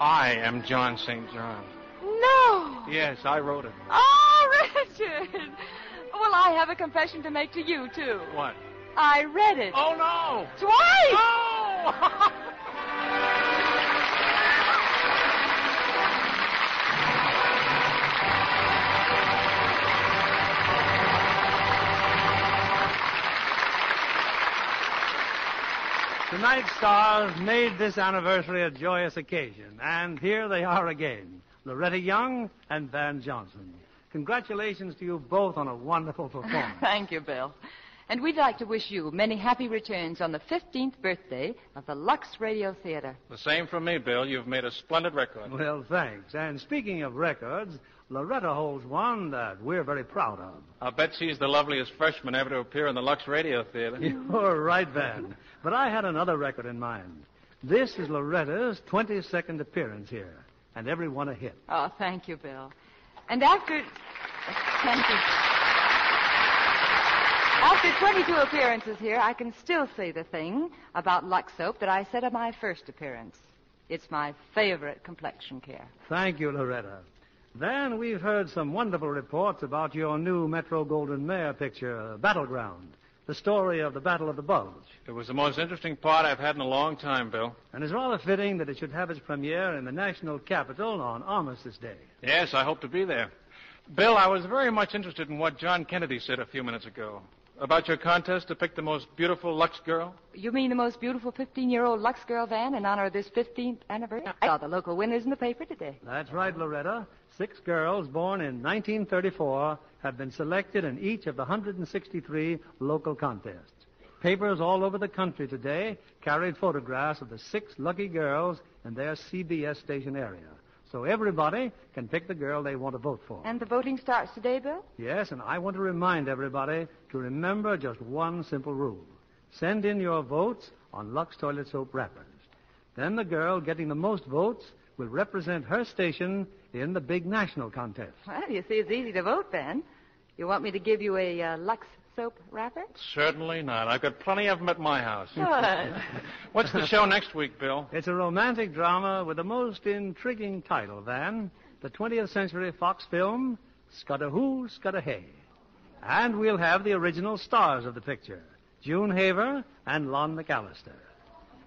[SPEAKER 6] I am John St. John.
[SPEAKER 13] No!
[SPEAKER 6] Yes, I wrote it.
[SPEAKER 13] Oh, Richard! Well, I have a confession to make to you, too.
[SPEAKER 6] What?
[SPEAKER 13] I read it.
[SPEAKER 6] Oh, no!
[SPEAKER 13] Twice!
[SPEAKER 2] Tonight's stars made this anniversary a joyous occasion, and here they are again Loretta Young and Van Johnson. Congratulations to you both on a wonderful performance.
[SPEAKER 18] Thank you, Bill. And we'd like to wish you many happy returns on the 15th birthday of the Lux Radio Theater.
[SPEAKER 6] The same from me, Bill. You've made a splendid record.
[SPEAKER 2] Well, thanks. And speaking of records, Loretta holds one that we're very proud of.
[SPEAKER 6] I bet she's the loveliest freshman ever to appear in the Lux Radio Theater.
[SPEAKER 2] You're right, Van. But I had another record in mind. This is Loretta's 22nd appearance here, and every one a hit.
[SPEAKER 18] Oh, thank you, Bill. And after. Thank you. After 22 appearances here, I can still say the thing about Lux Soap that I said at my first appearance. It's my favorite complexion care.
[SPEAKER 2] Thank you, Loretta. Van, we've heard some wonderful reports about your new Metro Golden Mare picture, Battleground, the story of the Battle of the Bulge.
[SPEAKER 6] It was the most interesting part I've had in a long time, Bill.
[SPEAKER 2] And it's rather fitting that it should have its premiere in the national capital on Armistice Day.
[SPEAKER 6] Yes, I hope to be there. Bill, I was very much interested in what John Kennedy said a few minutes ago about your contest to pick the most beautiful Lux girl.
[SPEAKER 18] You mean the most beautiful 15 year old Lux Girl van in honor of this 15th anniversary? I saw the local winners in the paper today.
[SPEAKER 2] That's right, Loretta. Six girls born in 1934 have been selected in each of the 163 local contests. Papers all over the country today carried photographs of the six lucky girls in their CBS station area. So everybody can pick the girl they want to vote for.
[SPEAKER 18] And the voting starts today, Bill?
[SPEAKER 2] Yes, and I want to remind everybody to remember just one simple rule. Send in your votes on Lux Toilet Soap wrappers. Then the girl getting the most votes will represent her station in the big national contest.
[SPEAKER 18] Well, you see, it's easy to vote then. You want me to give you a uh, Lux soap wrapper?
[SPEAKER 6] Certainly not. I've got plenty of them at my house.
[SPEAKER 18] Good.
[SPEAKER 6] What's the show next week, Bill?
[SPEAKER 2] It's a romantic drama with the most intriguing title, Van. The 20th Century Fox film, Scudder Who, Scudder Hey. And we'll have the original stars of the picture, June Haver and Lon McAllister.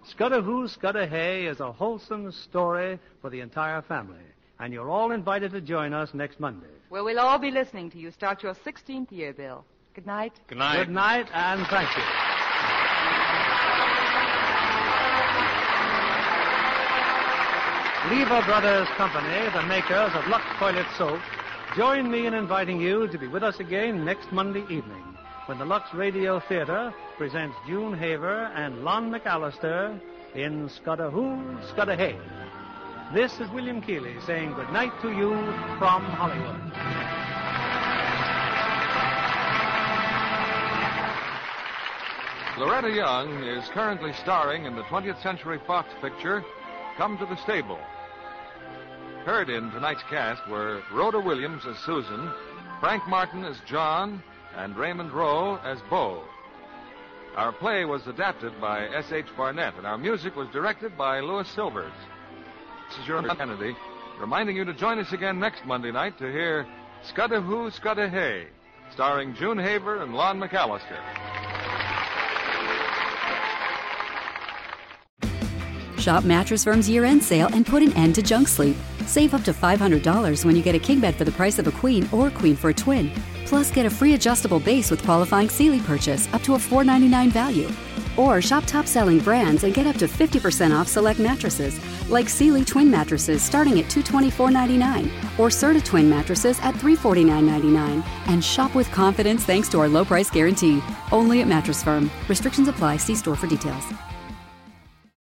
[SPEAKER 2] Scudder Who, Scudder Hey is a wholesome story for the entire family. And you're all invited to join us next Monday.
[SPEAKER 18] Well, we'll all be listening to you start your 16th year, Bill. Good night.
[SPEAKER 6] Good
[SPEAKER 2] Good night and thank you. Lever Brothers Company, the makers of Lux Toilet Soap, join me in inviting you to be with us again next Monday evening when the Lux Radio Theater presents June Haver and Lon McAllister in Scudder Who, Scudder Hay. This is William Keeley saying good night to you from Hollywood.
[SPEAKER 1] Loretta Young is currently starring in the 20th Century Fox picture, Come to the Stable. Heard in tonight's cast were Rhoda Williams as Susan, Frank Martin as John, and Raymond Rowe as Bo. Our play was adapted by S.H. Barnett, and our music was directed by Louis Silvers. This is your Kennedy, reminding you to join us again next Monday night to hear Scudda Who, Scudda Hey, starring June Haver and Lon McAllister.
[SPEAKER 21] Shop Mattress Firm's year end sale and put an end to junk sleep. Save up to $500 when you get a king bed for the price of a queen or a queen for a twin. Plus, get a free adjustable base with qualifying Sealy purchase up to a $499 value. Or shop top selling brands and get up to 50% off select mattresses, like Sealy twin mattresses starting at $224.99 or Serta twin mattresses at $349.99. And shop with confidence thanks to our low price guarantee. Only at Mattress Firm. Restrictions apply. See store for details.